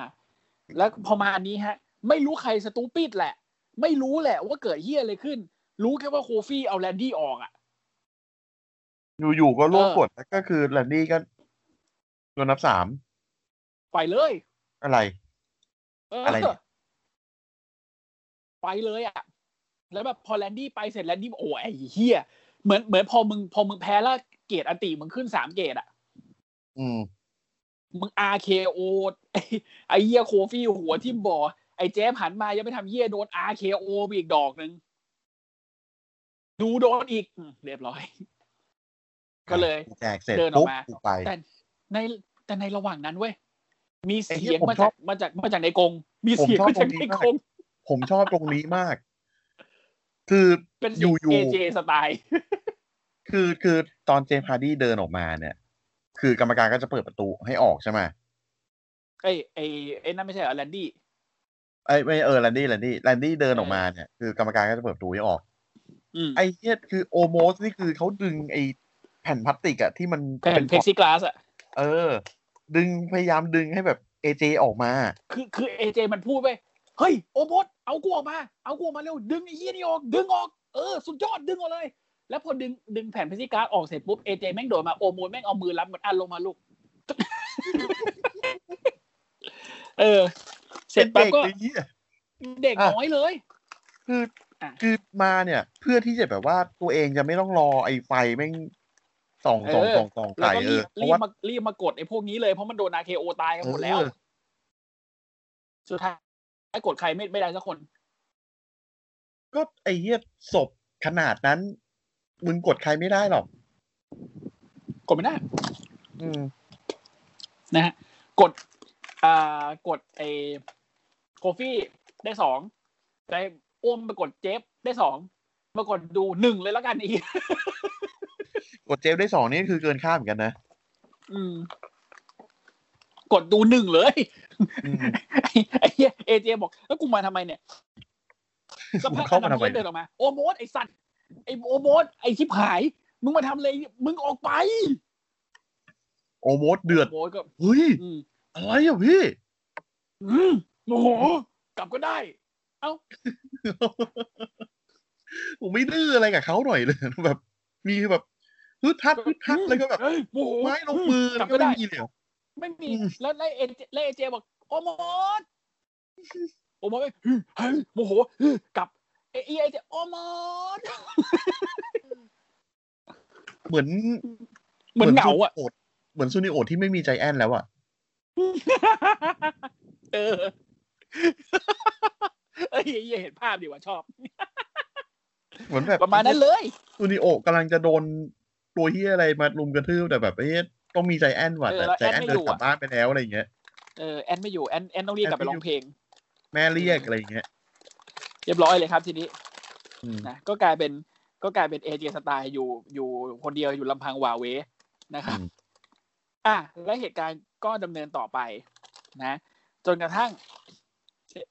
Speaker 3: แล้วพอมาอันนี้ฮะ ไม่รู้ใคร stupid แหละ ไม่รู้แหละว่าเกิดเฮียอะไรขึ้น รู้แค่ว่าโคฟี่เอาแลนดี้ออกอ่ะ
Speaker 2: อยู่อยู่ๆก็ร่วม
Speaker 3: เออ
Speaker 2: กดแล้วก็คือแลนดี้ก็โดนนับสาม
Speaker 3: ไปเลย
Speaker 2: อะไร
Speaker 3: เอออะไร
Speaker 2: เนี่ย
Speaker 3: ไปเลยอ่ะ แล้วแบบพอแลนดี้ไปเสร็จแลนดี้บอกโอ้ยไอ้เฮียเหมือนเหมือนพอมึงพอมึงแพ้แล้วเกรดอันติมึงขึ้นสามเกรดอ่ะ
Speaker 2: อืม
Speaker 3: มึง RKO ไอ้ไอ้เหี้ยโคฟี่หัวทิ่มบ่อไอ้เจฟหันมายังไม่ทำเหี้ยโดน RKO ไปอีกดอกหนึ่งดูโดนอีกอืมเรียบร้อย ก็เลย
Speaker 2: แจกเสร็จ
Speaker 3: เดินอ
Speaker 2: ปุ๊
Speaker 3: อก
Speaker 2: บ
Speaker 3: มา
Speaker 2: กูไป
Speaker 3: แต่ในแต่ในระหว่างนั้นเว้ย มี
Speaker 2: ไอ้เหี้
Speaker 3: เสีย
Speaker 2: ยผ
Speaker 3: ง
Speaker 2: ม
Speaker 3: มา
Speaker 2: ช
Speaker 3: จา
Speaker 2: อก บ
Speaker 3: มาจากมาจากในกรงมีเสียง
Speaker 2: ผมชอบ
Speaker 3: มาจากใน
Speaker 2: ตรงนี้มาก
Speaker 3: กรง
Speaker 2: ผมชอบตรงนี้มาก คือ
Speaker 3: เป็น
Speaker 2: อ
Speaker 3: ยู
Speaker 2: ยู่อยู่
Speaker 3: ยูเอเจสไตล์
Speaker 2: คือคือตอนเจมส์ฮาร์ดี้เดินออกมาเนี่ย คือกรรมการก็จะเปิดประตูให้ออกใช่ไหม
Speaker 3: ไอ้ไอ้ไอ้นั่นไม่ใช่เหรอแลนดี้
Speaker 2: ไอ้ยไม่เออแลนดี้แลนดี้แลนดี้เดินออกมาเนี่ยคือกรรมการก็จะเปิดประตูให้ออก
Speaker 3: อืม
Speaker 2: ไอ้เนี่ยคือโอโมสนี่คือเขาดึงไอ้แผ่นพลาสติกอะที่มัน
Speaker 3: แผ่นเพกซิกลาสอะ
Speaker 2: เออ ดึงพยายามดึงให้แบบเอเจออกมา
Speaker 3: คือคือเอเจมันพูดไปเฮ้ยโอโบสเอากูออกมา เอากูออกมาเร็ว ดึงไอ้เหี้ยนี่ออก ดึงออก เออ สุดยอดดึงออกเลย แล้วพอดึงดึงแผ่นเพกซิกลาสออกเสร็จปุ๊บเอเจแม่งโดดมาโอโมนแม่งเอามือรับมันอันลงมาลูก เออ เสร็จปั๊บก็
Speaker 2: เป็นเด็ไอ้เหี้ย
Speaker 3: เด็ก
Speaker 2: อ่ะ
Speaker 3: น้อยเลย
Speaker 2: คือ
Speaker 3: อ่ะ
Speaker 2: คือมาเนี่ย เพื่อที่จะแบบว่าตัวเองจะไม่ต้องรอไอ้ไฟแม่งส่องส่องส่องส่อง
Speaker 3: แล้ว
Speaker 2: ใส่
Speaker 3: ก็
Speaker 2: เอ
Speaker 3: รี
Speaker 2: อบ เพ
Speaker 3: รี
Speaker 2: ราะ
Speaker 3: บ
Speaker 2: ว่า
Speaker 3: มารีบมากดไอ้พวกนี้เลยเพราะมันโดนอาเคโอตายกันหมดแล้ว
Speaker 2: เออ
Speaker 3: สุดท้ายไอ้กดใครไม่ไม่ได้สักคน
Speaker 2: ก็ไอ้เหี้ยศพขนาดนั้น มึงกดใครไม่ได้หรอก
Speaker 3: กดไม่ได้
Speaker 2: อืม
Speaker 3: นะฮะกดอ่ากดไอ้โคฟี่ได้สองไปอ้วมไปกดเจฟได้สองมากดดูหนึ่งเลยแล้วกันอีก
Speaker 2: กดเจฟได้สองนี่คือเกินค่าดเหมือนกันนะ
Speaker 3: อืม กดดูหนึ่งเลย
Speaker 2: อืม
Speaker 3: ไอ้ไอ้เหี้ยเอเจบอก แล้วกูมาทำไมเนี่ยสักพัก
Speaker 2: เข้ามาทำไม
Speaker 3: อเดินออกมา โอโมสไอ้สัตว์ไอ้โอโมสไอ้ชิบหาย มึงมาทำอะไรมึงออกไป
Speaker 2: โอโมสเดือด
Speaker 3: โอโมสก็
Speaker 2: เฮ้ย
Speaker 3: อืม
Speaker 2: อะไรอ่ะพี่
Speaker 3: อืมโอ้โหกลับก็ได้
Speaker 2: ผมไม่ดื้ออะไรกับเขาหน่อยเลย แบบ มีแบบฮึดทัดฮึดทัดแล้วก็แบบ
Speaker 3: เฮ้ยโอ้โห
Speaker 2: ไม้ลงมือ
Speaker 3: มก
Speaker 2: แล้
Speaker 3: ลั
Speaker 2: ว
Speaker 3: บ
Speaker 2: ก็
Speaker 3: ก็
Speaker 2: ไม่
Speaker 3: ได้
Speaker 2: มีเลยเหรอ
Speaker 3: ไม่มี
Speaker 2: อืม
Speaker 3: แล้วไล่เอเจไล่เอเจบอกโอโมด โอโมดไปเฮ้ยโมโหกลับเอเอเจโอโมด
Speaker 2: เหมือน
Speaker 3: เหมือนเหงาอ่ะ
Speaker 2: โกรธ เหมือนซูนิโอที่ไม่มีใจแอนแล้วอะ
Speaker 3: เออ เอ้ยเหี้ยเห็นภาพดีว่าชอบ
Speaker 2: เหมือนแบบ
Speaker 3: ประมาณนั้นเลย
Speaker 2: ซูนิโอกำลังจะโดนตัวเฮียอะไรมาลุมกระทืบแต่แบบเอ๊ะต้องมีใจแอนว่ะแต่
Speaker 3: เออแล้ว
Speaker 2: ใจแอน
Speaker 3: แอนไม่
Speaker 2: เดิ
Speaker 3: อยู่
Speaker 2: นกลับ
Speaker 3: อะ
Speaker 2: บ้านไปแล้วอะไรอย่างเงี้ย
Speaker 3: เออแอนไม่อยู่แอนแอนต้องรีบกลับไปร้องเพลง
Speaker 2: แม่เรียกอะไรอย่างเงี้ย
Speaker 3: เรียบร้อยเลยครับทีนี้
Speaker 2: อืม
Speaker 3: นะก็กลายเป็นก็กลายเป็นเอเจสไตล์อยู่อยู่คนเดียวอยู่ลำพังวาเวนะครับอ่ะและเหตุการณ์ก็ดำเนินต่อไปนะ จนกระทั่ง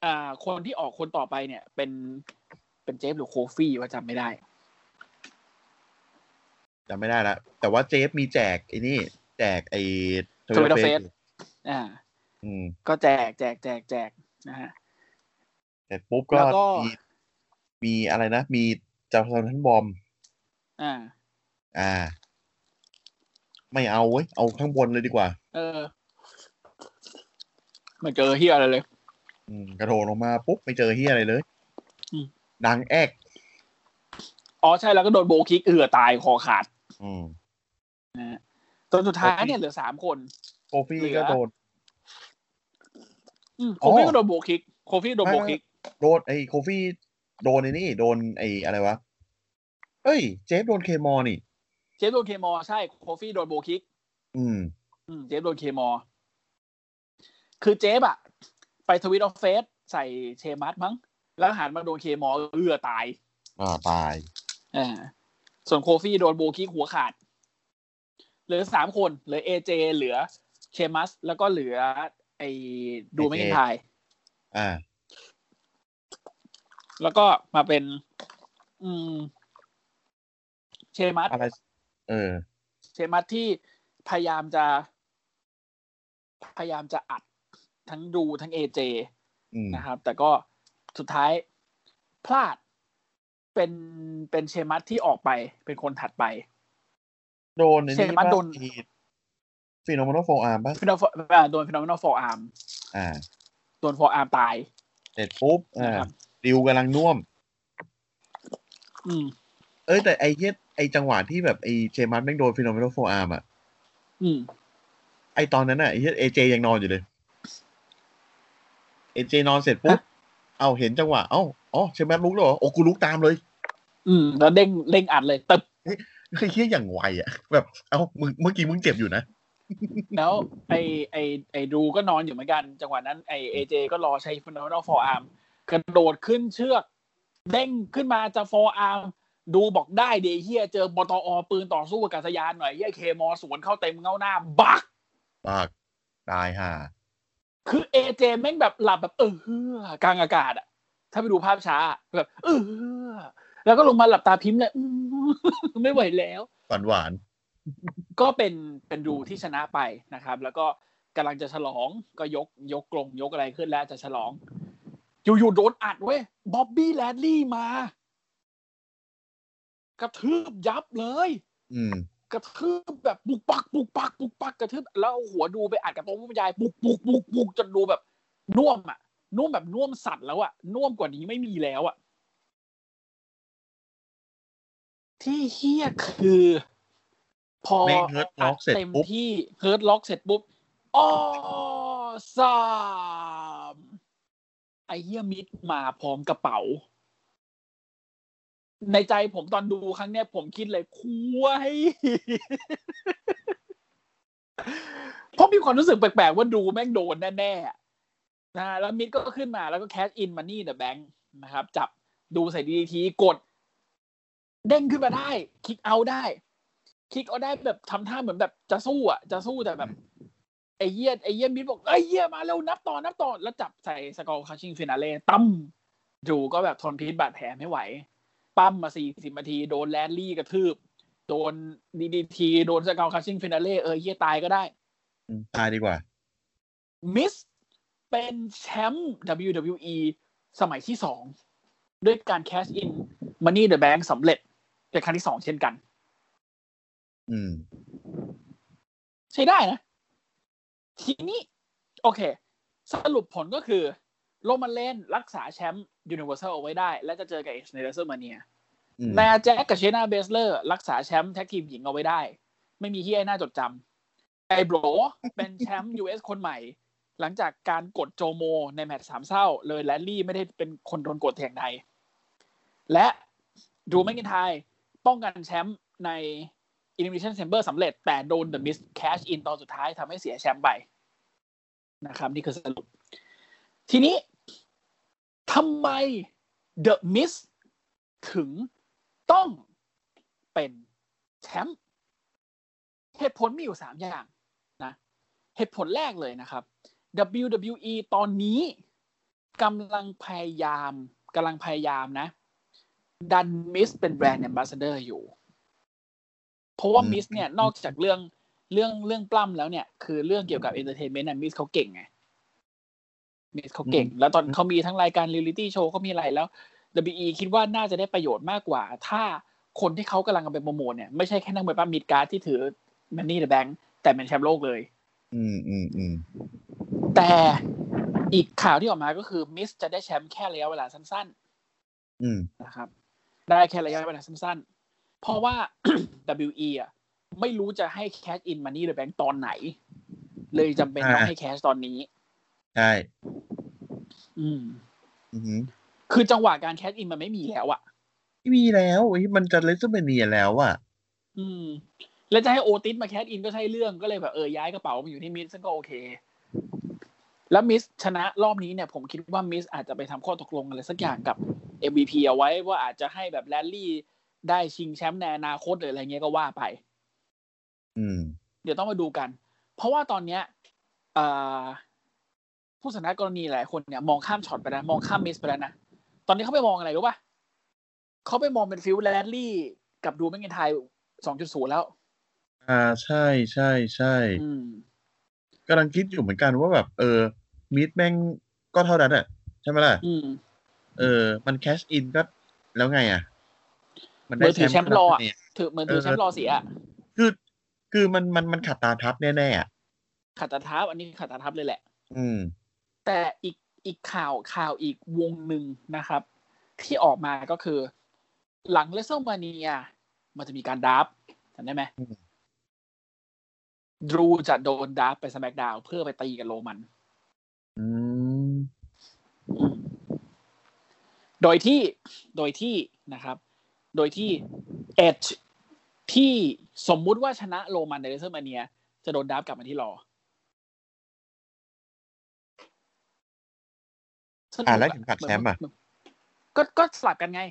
Speaker 3: อ่าคนที่ออกคนต่อไปเนี่ย เป็นเป็นเจฟหรือโคฟี่ว่าจำไม่ได้
Speaker 2: จำไม่ได้ละแต่ว่าเจฟมีแจกไอ้นี่ แจกไอ้
Speaker 3: Tomato
Speaker 2: Tomato
Speaker 3: Paste
Speaker 2: Paste
Speaker 3: อ่า
Speaker 2: อืม
Speaker 3: ก็แจกแจกแจกแจกนะฮะ
Speaker 2: เสร็จปุ๊บก็
Speaker 3: แล้วก็
Speaker 2: มีมีอะไรนะ มีจาร์ทันบอม
Speaker 3: อ่า
Speaker 2: อ่า ไม่เอาเว้ย เอาข้างบนเลยดีกว่า
Speaker 3: เออไมันเจอเฮียอะไรเลย
Speaker 2: อืม กระโดดลงมาปุ๊บไม่เจอเฮียอะไรเลย
Speaker 3: อืม
Speaker 2: ดังแอก
Speaker 3: อ๋อใช่แล้วก็โดนโบว์คิกเอือตายคอขาด
Speaker 2: อืม
Speaker 3: จนสุดท้ายเนี่ยเหลือสามคน
Speaker 2: โคฟี่
Speaker 3: เหลือ
Speaker 2: ก็โดน
Speaker 3: อืมโค
Speaker 2: อ๋อ
Speaker 3: ฟี่ก็โดนโบว์คิก โคฟี่โดนโบว์คิก
Speaker 2: โดนไอ้โคฟี่โดนไอ้นี่ โดนไอ้อะไรวะ เอ้ย เจฟโดนเคมอลนี่
Speaker 3: เจฟโดนเคมอใช่ โคฟี่โดนโบว์คิก
Speaker 2: อืม
Speaker 3: อืมเจฟโดนเคมอ คือเจฟอะไปทวิตออฟเฟซใส่เชมัสมั้ง แล้วหันมาโดนเคมอเอือตาย
Speaker 2: อ่าตาย
Speaker 3: อ่าส่วนโคฟี่โดนโบว์คิกหัวขาด เหลือสามคน เหลือเอเจ เหลือเชมัส แล้วก็เหลือ ไอ้ดูไม่เห็นทาย
Speaker 2: อ่า
Speaker 3: แล้วก็มาเป็น อืม เชมัส
Speaker 2: อะไร เออ
Speaker 3: เชมัสที่พยายามจะ พยายามจะอัดทั้งดูทั้งเอเจ
Speaker 2: อืม
Speaker 3: นะครับ แต่ก็สุดท้ายพลาดเป็นเป็นเชมัสที่ออกไป เป็นคนถัดไป
Speaker 2: โดนไอ้
Speaker 3: เซ
Speaker 2: นี่
Speaker 3: มัส
Speaker 2: ป่ะ
Speaker 3: โดน
Speaker 2: ฟีโนมโนโฟอาร์มป่ะ
Speaker 3: ฟิโนโดนฟิโนเมนอลฟอร์อาร์ม
Speaker 2: อ่า
Speaker 3: โดนฟอร์อาร์มตาย
Speaker 2: เสร็จปุ๊บ อ่า
Speaker 3: นะครับ
Speaker 2: ดิวกำลังน่วม
Speaker 3: อืม
Speaker 2: เอ้ย แต่ไอ้เหี้ย็ดไอ้จังหวะที่แบบไอ้เชมัสแม่งโดนฟีโนมโนโฟอาร์มอ่ะ
Speaker 3: อืม
Speaker 2: ไอ้ตอนนั้นอ่ะไอ้เหี้ย็ดเอเจยังนอนอยู่เลย เอเจนอนเสร็จปุ๊บ
Speaker 3: ฮะ
Speaker 2: เอาเห็นจังหวะ เอ้า อ๋อ เชมัสลุกแล้วเหรอ โอ้กูลุกตามเลย
Speaker 3: อืม แล้วเด้งเด้งอัดเลยตึบ
Speaker 2: ไอ้เหี้ยอย่างไวอ่ะ แบบ เอ้ามึงเมื่อกี้มึงเจ็บอยู่นะ
Speaker 3: แล้ว ไอไอไอดูก็นอนอยู่เหมือนกัน จังหวะนั้นไอเอเจก็รอใช้ฟิโนเมนอลฟอร์อาร์มกระโดดขึ้นเชือก เด้งขึ้นมาจะฟอร์อาร์มดูบอกได้เดยวเฮียเจอบตอปืนต่อสู้อากาศยานหน่อยเฮียเคมอสวนเข้าเต็มเงาหน้า บัก
Speaker 2: ปาก ตายห่า
Speaker 3: คือเอเจแม่งแบบหลับแบบเออเฮือกลางอากาศอะถ้าไปดูภาพช้าแบบเออเฮือแล้วก็ลงมาหลับตาพิมพ์เลยอื้อ ไม่ไหวแล้ว
Speaker 2: ฝันหวาน
Speaker 3: ก็เป็นเป็นดูที่ชนะไปนะครับ แล้วก็กำลังจะฉลองก็ยกยกกลงยกอะไรขึ้นแล้วจะฉลอง อยู่ๆโดนอัดเว้ยบ๊อบบี้แลนลี่มา กระทืบยับเลย
Speaker 2: อืม
Speaker 3: กระทืบแบบปุกปักปุกปักปุกปักกระทืบแล้วเอาหัวดูไปอัดกับตรงผู้บรรยายปุกปุกปุกปุกจนดูแบบน่วมอ่ะน่วมแบบน่วมสัตว์แล้วอ่ะน่วมกว่านี้ไม่มีแล้วอ่ะ ที่เฮี้ยคือ พอ
Speaker 2: แม่ง Hurt Lock
Speaker 3: อัด
Speaker 2: เสร็จ
Speaker 3: เต็ม
Speaker 2: ปุ๊บ
Speaker 3: ที่เฮิร์ตล็อกเสร็จปุ๊บอ้อสามไอเฮี้ยมิดมาพร้อมกระเป๋า ในใจผมตอนดูครั้งเนี้ยผมคิดเลยคุย เพราะมีความรู้สึกแปลกๆว่าดูแม่งโดนแน่ๆนะฮะแล้วมิดก็ขึ้นมาแล้วก็แคชอินมันนี่เดอะแบงค์นะครับ จับดูใส่ดีทีกด เด้งขึ้นมาได้ คิกเอาได้ คิกเอาได้แบบทำท่าเหมือนแบบจะสู้อ่ะ จะสู้แต่แบบ ไอ้เยี่ยไอ้เยี่ยมิดบอกไอ้เยี่ยมาเร็วนับต่อนับต่อแล้วจับใส่สกอร์คัชชิ่งฟินาเล่ตั้มดูก็แบบทนพิษบาดแผลไม่ไหว ปั้มมาสี่สิบนาทีโดนแลนลี่กระทืบ โดนดีดีทีโดนสกอร์คัชชิ่งฟินาเล่เออเยี่ยตายก็ได้
Speaker 2: อืมตายดีกว่า
Speaker 3: มิสเป็นแชมป์ WWE สมัยที่สอง ด้วยการแคชอิน Money in the Bank สำเร็จเป็นครั้งที่สองเช่นกัน
Speaker 2: อืม
Speaker 3: ใช้ได้นะ ทีนี้ โอเค สรุปผลก็คือ โรมันเลนรักษาแชมป์ Universal เอาไว้ได้ และจะเจอกับเอ็กซ์ในเดอร์เซอร์มาเนีย
Speaker 2: อืม
Speaker 3: นาแจ็คกับเชนาเบสเลอร์ รักษาแชมป์แท็กทีมหญิงเอาไว้ได้ ไม่มีเฮียให้น่าจดจำ ไอโบรเป็นแชมป์ US คนใหม่ หลังจากการกดโจโมในแมตช์สามเศร้า เลยแลลี่ไม่ได้เป็นคนโดนกดแทงใด และดูไม่กินไทยป้องกันแชมป์ใน Elimination Chamber สำเร็จ แต่โดน The Miz Cash In ตอนสุดท้ายทำให้เสียแชมป์ไปนะครับ นี่คือสรุป ทีนี้ทำไม The Miz ถึงต้องเป็นแชมป์เหตุผลมีอยู่สามอย่างนะ เหตุผลแรกเลยนะครับ WWE ตอนนี้กำลังพยายามกำลังพยายามนะ ดันมิสเป็นแบรนด์แอมบาสเดอร์อยู่ เพราะว่า
Speaker 2: อืม
Speaker 3: มิสเนี่ยนอกจากเรื่องเรื่องเรื่องปล้ำแล้วเนี่ย คือเรื่องเกี่ยวกับเอนเตอร์เทนเมนต์น่ะมิสเขาเก่งไงมิสเขาเก่ง แล้วตอนเขามีทั้งรายการเรียลิตี้โชว์เขามีอะไรแล้ว WE คิดว่าน่าจะได้ประโยชน์มากกว่า ถ้าคนที่เขากำลังเอาไปโปรโมทเนี่ยไม่ใช่แค่นักมวยปล้ำมิดการ์ดที่ถือแมนนี่เดอะแบงค์แต่เป็นแชมป์โลกเลย
Speaker 2: อืมอืมอืม
Speaker 3: แต่อีกข่าวที่ออกมาก็คือมิสจะได้แชมป์แค่ระยะเวลาสั้น
Speaker 2: อืม
Speaker 3: ๆนะครับ ได้แค่ระยะเวลาสั้นๆ เพราะว่า WE อ่ะไม่รู้จะให้แคชอินมานี่หรือแบงค์ตอนไหน เลยจำเป็นต้องให้แคชตอนนี้
Speaker 2: ใช่
Speaker 3: อืม
Speaker 2: อือหือ
Speaker 3: คือจังหวะการแคชอินมันไม่มีแล้วอ่ะ
Speaker 2: ไม่มีแล้วเฮ้ยมันจะเลสเตอร์เมเนียแล้วอ่ะ
Speaker 3: อืม แล้วจะให้โอติสมาแคสอินก็ใช่เรื่องก็เลยแบบเออย้ายกระเป๋ามาอยู่ที่มิสซึ่งก็โอเค แล้วมิสชนะรอบนี้เนี่ย ผมคิดว่ามิสอาจจะไปทำข้อตกลงอะไรสักอย่างกับ MVP เอาไว้ว่าอาจจะให้แบบแรลลี่ได้ชิงแชมป์ในอนาคตหรืออะไรเงี้ยก็ว่าไป
Speaker 2: อืม
Speaker 3: เดี๋ยวต้องมาดูกัน เพราะว่าตอนเนี้ยเอ่อผู้สนับกรณีหลายคนเนี่ย มองข้ามช็อตไปแล้วมองข้ามมิสไปแล้วนะ ตอนนี้เขาไปมองอะไรรู้ป่ะเขาไปมองเป็นฟิลแรลลี่ กับดูแมกกินไทยสองจุดศูนย์แล้ว
Speaker 2: อ่าใช่ใช่ใช่
Speaker 3: อืม
Speaker 2: กำลังคิดอยู่เหมือนกันว่าแบบ เออมิดแม่งก็เท่านั้นอ่ะ ใช่ไหมล่ะ
Speaker 3: อืม
Speaker 2: เออ มันแคชอินก็แล้วไงอ่ะ มันได้
Speaker 3: มือถือแชมป์รออ่ะ
Speaker 2: เนี่ย
Speaker 3: ถือเหมือนถือ
Speaker 2: เออ
Speaker 3: แชมป์รอเสียอะ
Speaker 2: คือ คือมันมันมันขัดตาทับแน่ๆอ่ะ
Speaker 3: ขัดตาทับอันนี้ขัดตาทับเลยแหละ
Speaker 2: อืม
Speaker 3: แต่อีกอีกข่าวข่าวอีกวงหนึ่งนะครับ ที่ออกมาก็คือ หลังเลสเซอร์มาเนียมันจะมีการดับจำได้ไหม
Speaker 2: อืม
Speaker 3: ดรูจะโดนดับไปสแมกดาวเพื่อไปตีกับโรมัน
Speaker 2: อืม
Speaker 3: โดยที่โดยที่นะครับ โดยที่เอ็ดที่สมมุติว่าชนะโรมันในเลเซอร์มาเนีย จะโดนดับกลับมาที่รอสนุก
Speaker 2: อ่าแล้วเข็มขัดแชมป์อ่ะ
Speaker 3: ก็ก็สลับกันไง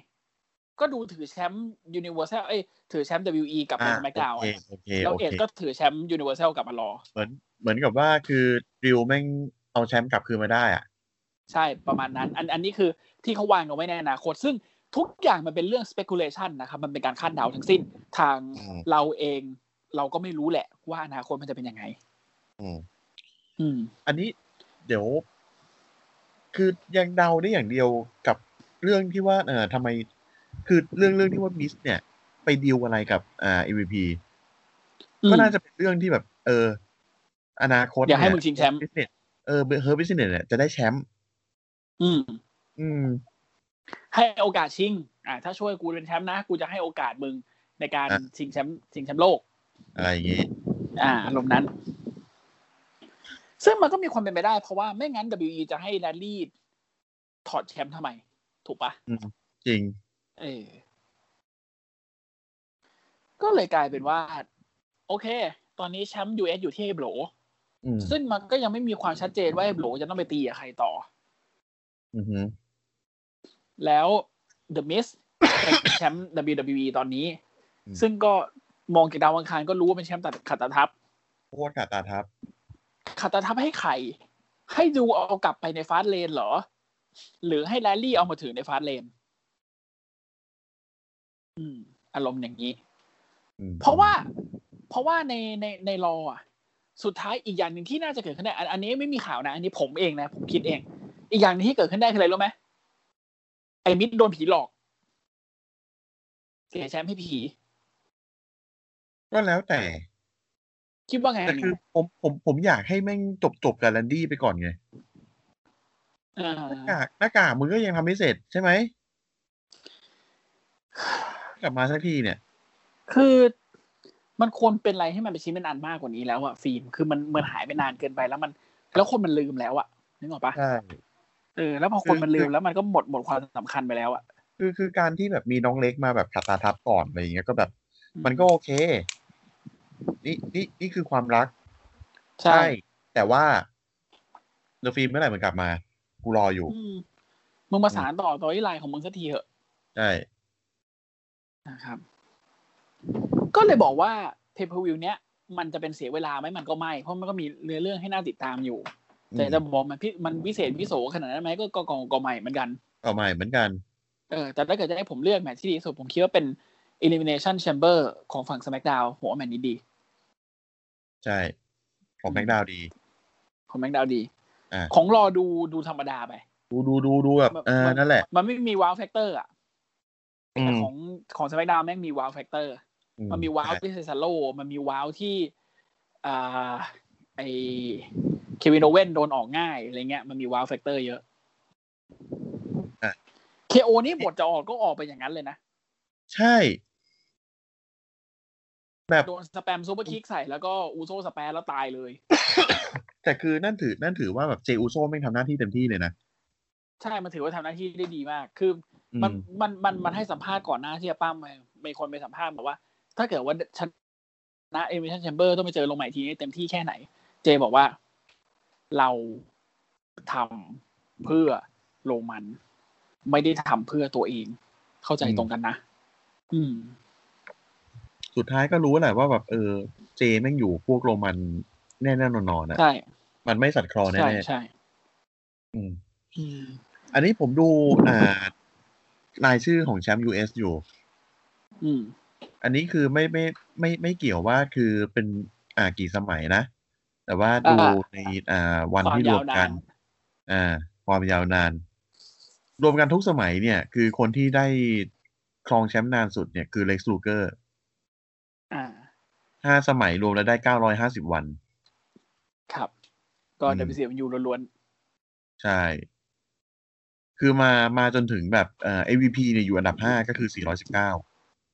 Speaker 3: ก็ดูถือแชมป์ยูนิเวอร์แซลเอ้ยถือแชมป์ WE กลับมา
Speaker 2: อ่า
Speaker 3: สมักดาว
Speaker 2: โอเคโอเค
Speaker 3: แล้ว
Speaker 2: โอเค
Speaker 3: เอ็ดก็ถือแชมป์ยูนิเวอร์แซลกลับมารอ
Speaker 2: เหมือนเหมือนกับว่าคือดิวแม่งเอาแชมป์กลับคืนมาได้อ่ะ
Speaker 3: ใช่ประมาณนั้น อันอันนี้คือที่เขาวางเอาไว้ในอนาคต ซึ่งทุกอย่างมันเป็นเรื่อง speculation นะครับ มันเป็นการคาดเดาทั้งสิ้นทาง
Speaker 2: อืม
Speaker 3: เราเองเราก็ไม่รู้แหละว่าอนาคตมันจะเป็นยังไง
Speaker 2: อืม
Speaker 3: อืม
Speaker 2: อันนี้เดี๋ยว คือยังเดาได้อย่างเดียวกับเรื่องที่ว่า เอ่อทำไม คือเรื่องเรื่องที่ว่ามิส เนี่ย ไปดีลอะไรกับอ่า MVP ก็น่าจะเป็นเรื่องที่แบบ เออ อนาคต
Speaker 3: อยากให้
Speaker 2: เนี่
Speaker 3: มึงชิงแชมป์
Speaker 2: บิสเนสเออเฮอร์บิสเนสเนี่ยจะได้แชมป์
Speaker 3: อืม
Speaker 2: อืม
Speaker 3: ให้โอกาสชิง อ่าถ้าช่วยกูเป็นแชมป์นะ กูจะให้โอกาสมึงในการ
Speaker 2: อ่ะ
Speaker 3: ชิงแชมป์ชิงแชมป์โลก
Speaker 2: อะไรอย่างงี้
Speaker 3: อ่าอารมณ์นั้น ซึ่งมันก็มีความเป็นไปได้เพราะว่าไม่งั้น WE จะให้แรลลี่ถอดแชมป์ทำไม ถูกปะ
Speaker 2: จริง
Speaker 3: เออ ก็เลยกลายเป็นว่า โอเค ตอนนี้แชมป์ US อยู่ที่ไอ้โบล
Speaker 2: อืม
Speaker 3: ซึ่งมันก็ยังไม่มีความชัดเจนว่าไอ้โบลจะต้องไปตีกับใครต่อ
Speaker 2: อือหือ
Speaker 3: แล้ว The Miz เป็นแชมป์ WWE ตอนนี้
Speaker 2: อืม
Speaker 3: ซึ่งก็มองจากดาวอังคารก็รู้ว่าเป็นแชมป์ตัดขัดตาทับ
Speaker 2: โคตรขาดตาทับ
Speaker 3: ขัดตาทับให้ใคร ให้ดูเอากลับไปในฟาสต์เลนเหรอ หรือให้แรลลี่เอามาถือในฟาสต์เลน อืม อารมณ์อย่างนี้
Speaker 2: อืม
Speaker 3: เพราะว่าเพราะว่าในในในรออ่ะ สุดท้ายอีกอย่างหนึ่งที่น่าจะเกิดขึ้นได้อันอันนี้ไม่มีข่าวนะ อันนี้ผมเองนะ ผมคิดเอง อีกอย่างหนึ่งที่เกิดขึ้นได้คืออะไรรู้ไหมไอ้มิดโดนผีหลอกเสียแชมป์ให้ผี
Speaker 2: ก็แล้วแต่
Speaker 3: คิดว่าไง
Speaker 2: แต่คือผมผมผมอยากให้แม่งจบจบกับแลนดี้ไปก่อนไง
Speaker 3: เออ
Speaker 2: หน้ากากหน้ากากมึงก็ยังทำไม่เสร็จใช่ไหม กลับมาสักทีเนี่ย
Speaker 3: คือ มันควรเป็นอะไรให้มันเป็นชิ้นเป็นอันมากกว่านี้แล้วอะฟิล์มคือมันมันหายไปนานเกินไปแล้วมัน แล้วคนมันลืมแล้วอะนึกออกปะ
Speaker 2: ใช่
Speaker 3: เออแล้วพอคนมันลืมแล้วมันก็หมดหมดความสำคัญไปแล้วอะ
Speaker 2: คือคือการที่แบบมีน้องเล็กมาแบบขัดตาทับก่อนอะไรอย่างเงี้ยก็แบบ
Speaker 3: อืม
Speaker 2: มันก็โอเค นี่นี่นี่คือความรักแต่ว่าเดอะฟิล์มเมื่อไหร่มันกลับมา กูรออยู่
Speaker 3: อืมมึงมาสารต่อตัวที่ไลน์ของมึงสักทีเถอะ
Speaker 2: ใช่
Speaker 3: นะครับ ก็เลยบอกว่าเพเ e อร์วิวเนี้ยมันจะเป็นเสียเวลาไหมมันก็ไม่เพราะมันก็มีเนื้อเรื่องให้น่าติดตามอยู่ แต่จะบอกมันพิมันวิเศษวิโสขนาดนั้นไหมก็ก็ก็ก็ใหม่เหมือนกัน
Speaker 2: เอาใหม่เหมือนกัน
Speaker 3: เออแต่ถ้าเกิดจะให้ผมเลือกแมตช์ที่ดีที่สุดผมคิดว่าเป็น Elimination Chamber ของฝั่ง SmackDown ผมว่าแมตช์นี้ดี
Speaker 2: ใช่ของแม็กดาวดี
Speaker 3: ของ SmackDown ดี
Speaker 2: อ่า
Speaker 3: ของรอดูดูธรรมดาไป
Speaker 2: ดูดูดูดูแบบเออ
Speaker 3: มั
Speaker 2: นั่นแหละ
Speaker 3: มันไม่มีว้าวแฟกเตอร์อ่ะ
Speaker 2: อื
Speaker 3: แต่
Speaker 2: ม
Speaker 3: ของของ SmackDown แม่งมีว้าวแฟกเตอร์ มันมีว้าว
Speaker 2: ใช่
Speaker 3: ที่เซซาโลมันมีว้าวที่อ่าไอเควินโอเว่นโดนออกง่ายอะไรเงี้ย มันมีว้าวแฟกเตอร์เยอะเคโอนี่บทจะออกก็ออกไปอย่างนั้นเลยนะ
Speaker 2: ใช่ แบบ
Speaker 3: โดนสแปมซูเปอร์คิกใส่แล้วก็อูโซสแปมแล้วตายเลย
Speaker 2: แต่คือนั่นถือนั่นถือว่าแบบเจอูโซ่ไม่งทำหน้าที่เต็มที่เลยนะ
Speaker 3: ใช่มันถือว่าทำหน้าที่ได้ดีมาก คือ
Speaker 2: อื
Speaker 3: มันมันมันมันให้สัมภาษณ์ก่อนหน้าที่จะปั้มไปมีคนไปสัมภาษณ์บอกว่า ถ้าเกิดว่าชนะเอเมชันแชมเบอร์ต้องไปเจอลงใหม่ทีนี้เต็มที่แค่ไหน เจบอกว่าเราทำเพื่อโรมัน ไม่ได้ทำเพื่อตัวเอง เข้าใจตรงกันนะ อืม
Speaker 2: สุดท้ายก็รู้แหละว่าแบบเออ เจแม่งอยู่พวกโรมันแน่แน่นอนนอนอ่ะ
Speaker 3: ใช่
Speaker 2: มันไม่สั่นคลอนแน่
Speaker 3: ใช่
Speaker 2: แน่
Speaker 3: ใช่
Speaker 2: อืม
Speaker 3: อืม
Speaker 2: อันนี้ผมดูอ่ารายชื่อของแชมป์ US อยู่
Speaker 3: อืม
Speaker 2: อันนี้คือไม่ไม่ไม่ไม่เกี่ยวว่าคือเป็นอ่ากี่สมัยนะ แต่ว่าดู
Speaker 3: อ่า
Speaker 2: ในอ่าวัน
Speaker 3: ความ
Speaker 2: ที่รวมกัน
Speaker 3: ยาวนา
Speaker 2: อ่า ความยาวนาน รวมกันทุกสมัยเนี่ย คือคนที่ได้ครองแชมป์นานสุดเนี่ยคือเล็กซ์ลูเกอร์
Speaker 3: อ่า
Speaker 2: ห้าสมัยรวมแล้วได้เก้าร้อยห้าสิบวัน
Speaker 3: ครับ ก็
Speaker 2: อืม
Speaker 3: เดบิวต์ยูล้วน
Speaker 2: ใช่ คือมามาจนถึงแบบเอ่อ MVP เนี่ยอยู่อันดับห้าก็คือสี่ร้อยสิบเก้า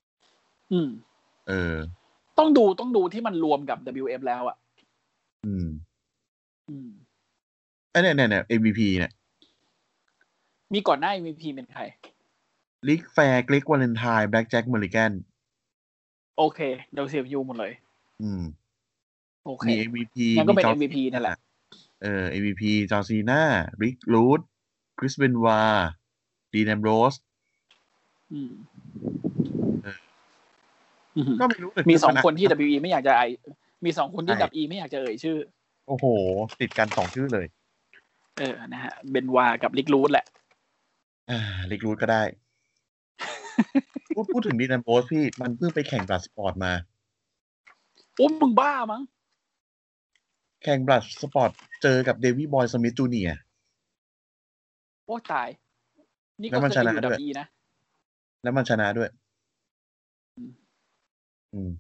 Speaker 3: ๆอืม
Speaker 2: เออ
Speaker 3: ต้องดูต้องดูที่มันรวมกับ WF แล้วอ่ะ
Speaker 2: อืม
Speaker 3: อืม
Speaker 2: ไอ้เนี่ยเนี่ยเนี่ย MVP เนี่ย
Speaker 3: มีก่อนหน้า MVP เป็นใคร
Speaker 2: ลิกแฟร์กลิกวาเลนไทน์แบล็กแจ็คเมริแกน
Speaker 3: โอเค WCFU หมดเลย
Speaker 2: อืม
Speaker 3: โอเค
Speaker 2: มี MVP
Speaker 3: งั้นก็เป็น
Speaker 2: มีจอ
Speaker 3: MVP นั่นแหละ
Speaker 2: เออ MVP จอร์ซีน่าริกรูดคริสเบนวาดีแนมโรส
Speaker 3: อืม
Speaker 2: เออ
Speaker 3: อือหือ
Speaker 2: ก็ไม่รู้แต่
Speaker 3: มีสองคนที่
Speaker 2: มั
Speaker 3: WE ไม่อยากจะไอมีสองคนที่
Speaker 2: ใช่
Speaker 3: WE ไม่อยากจะเอ่ยชื่อ
Speaker 2: โอ้โห ติดกันสองชื่อเลย
Speaker 3: เออ นะฮะ เบนวากับลิกรูดแหละ
Speaker 2: อ่าริกรูดก็ได้ พูดพูดถึงดีแนมโรสพี่ มันเพิ่งไปแข่งบลัดสปอร์ตมา
Speaker 3: โอ้มึงบ้ามั้ง
Speaker 2: แข่งบลัดสปอร์ตเจอกับเดวี่บอยสมิธจูเนีย
Speaker 3: โอ้ตาย นี่
Speaker 2: แล้
Speaker 3: ก็
Speaker 2: วมัน
Speaker 3: เคยไปอ
Speaker 2: ชนะ
Speaker 3: ยู่
Speaker 2: ด้วย
Speaker 3: WE นะ
Speaker 2: แล้วมันชนะด้วย อืม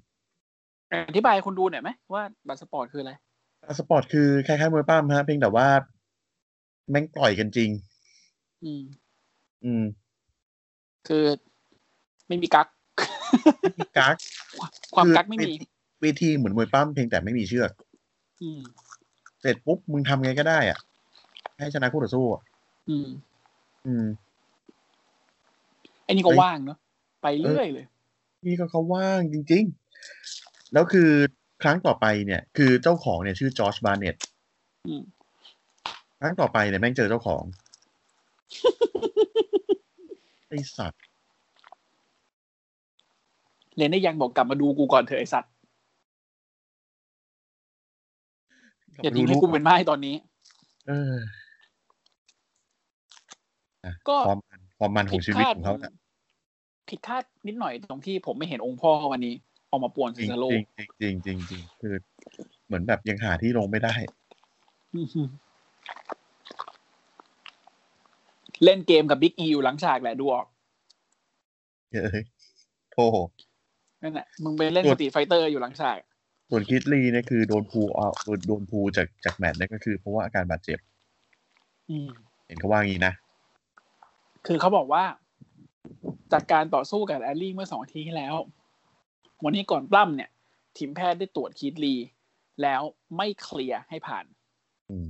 Speaker 3: อธิบายให้คนดูหน่อยไหมว่าบัตรสปอร์ตคืออะไร
Speaker 2: บลัดสปอร์ตคือคล้ายๆมวยปล้ามฮะเพียงแต่ว่า แม่งต่อยกันจริง
Speaker 3: อืม
Speaker 2: อืม
Speaker 3: คือไม่มีกัก
Speaker 2: กัก
Speaker 3: ความกักไม่มี
Speaker 2: เวทีเหมือนมวยปั้มเพียงแต่ไม่มีเชือก
Speaker 3: อืม
Speaker 2: เสร็จปุ๊บ มึงทำไงก็ได้อ่ะ ให้ชนะคู่ต่อสู้อะ
Speaker 3: อืม
Speaker 2: อืม
Speaker 3: ไอ้นี่ก็
Speaker 2: เฮ้ย
Speaker 3: ว่างเนาะ ไปเรื่อยเลย
Speaker 2: นี่ก็เขาว่างจริง ๆ แล้วคือครั้งต่อไปเนี่ย คือเจ้าของเนี่ยชื่อจอร์จบาร์เน็ต
Speaker 3: อืม
Speaker 2: ครั้งต่อไปเนี่ยแม่งเจอเจ้า ของ ไอสัตว์
Speaker 3: เลนได้ยังบอกกลับมาดูกูก่อนเถอะไอสัตว์อย่าทิ้งให้กูเป็นไม้ตอนนี้
Speaker 2: เอออ่ะ
Speaker 3: ก็
Speaker 2: ความมันความมันของชีวิตของเขาน่ะ
Speaker 3: ผิดคาดนิดหน่อยตรงที่ผมไม่เห็นองค์พ่อวันนี้ ออกมาป่วน
Speaker 2: จ
Speaker 3: เซิ
Speaker 2: ริง
Speaker 3: ซาโล
Speaker 2: จริงๆจริงๆจริงๆคือ เหมือนแบบยังหาที่ลงไม่ได้
Speaker 3: เล่นเกมกับบิ๊กอีอยู่หลังฉากแหละดูออก
Speaker 2: เฮ้ยโอ้โห
Speaker 3: นั่นแหละมึงไปเล่น
Speaker 2: ส่
Speaker 3: ส
Speaker 2: วน
Speaker 3: ตีไฟเตอร์อยู่หลังฉาก
Speaker 2: ส่วนคิดลีเนี่ยคือโดนพูเอาโดนโดนพูจากจากแมตช์เนี่ยก็คือเพราะว่าอาการบาดเจ็บ
Speaker 3: อืม
Speaker 2: เห็นเขาว่างี้นะ
Speaker 3: คือเขาบอกว่า จากการต่อสู้กับแอลลี่เมื่อสองอาทีที่แล้ว วันนี้ก่อนปล้ำเนี่ย ทีมแพทย์ได้ตรวจคีดลีแล้วไม่เคลียร์ให้ผ่าน
Speaker 2: อืม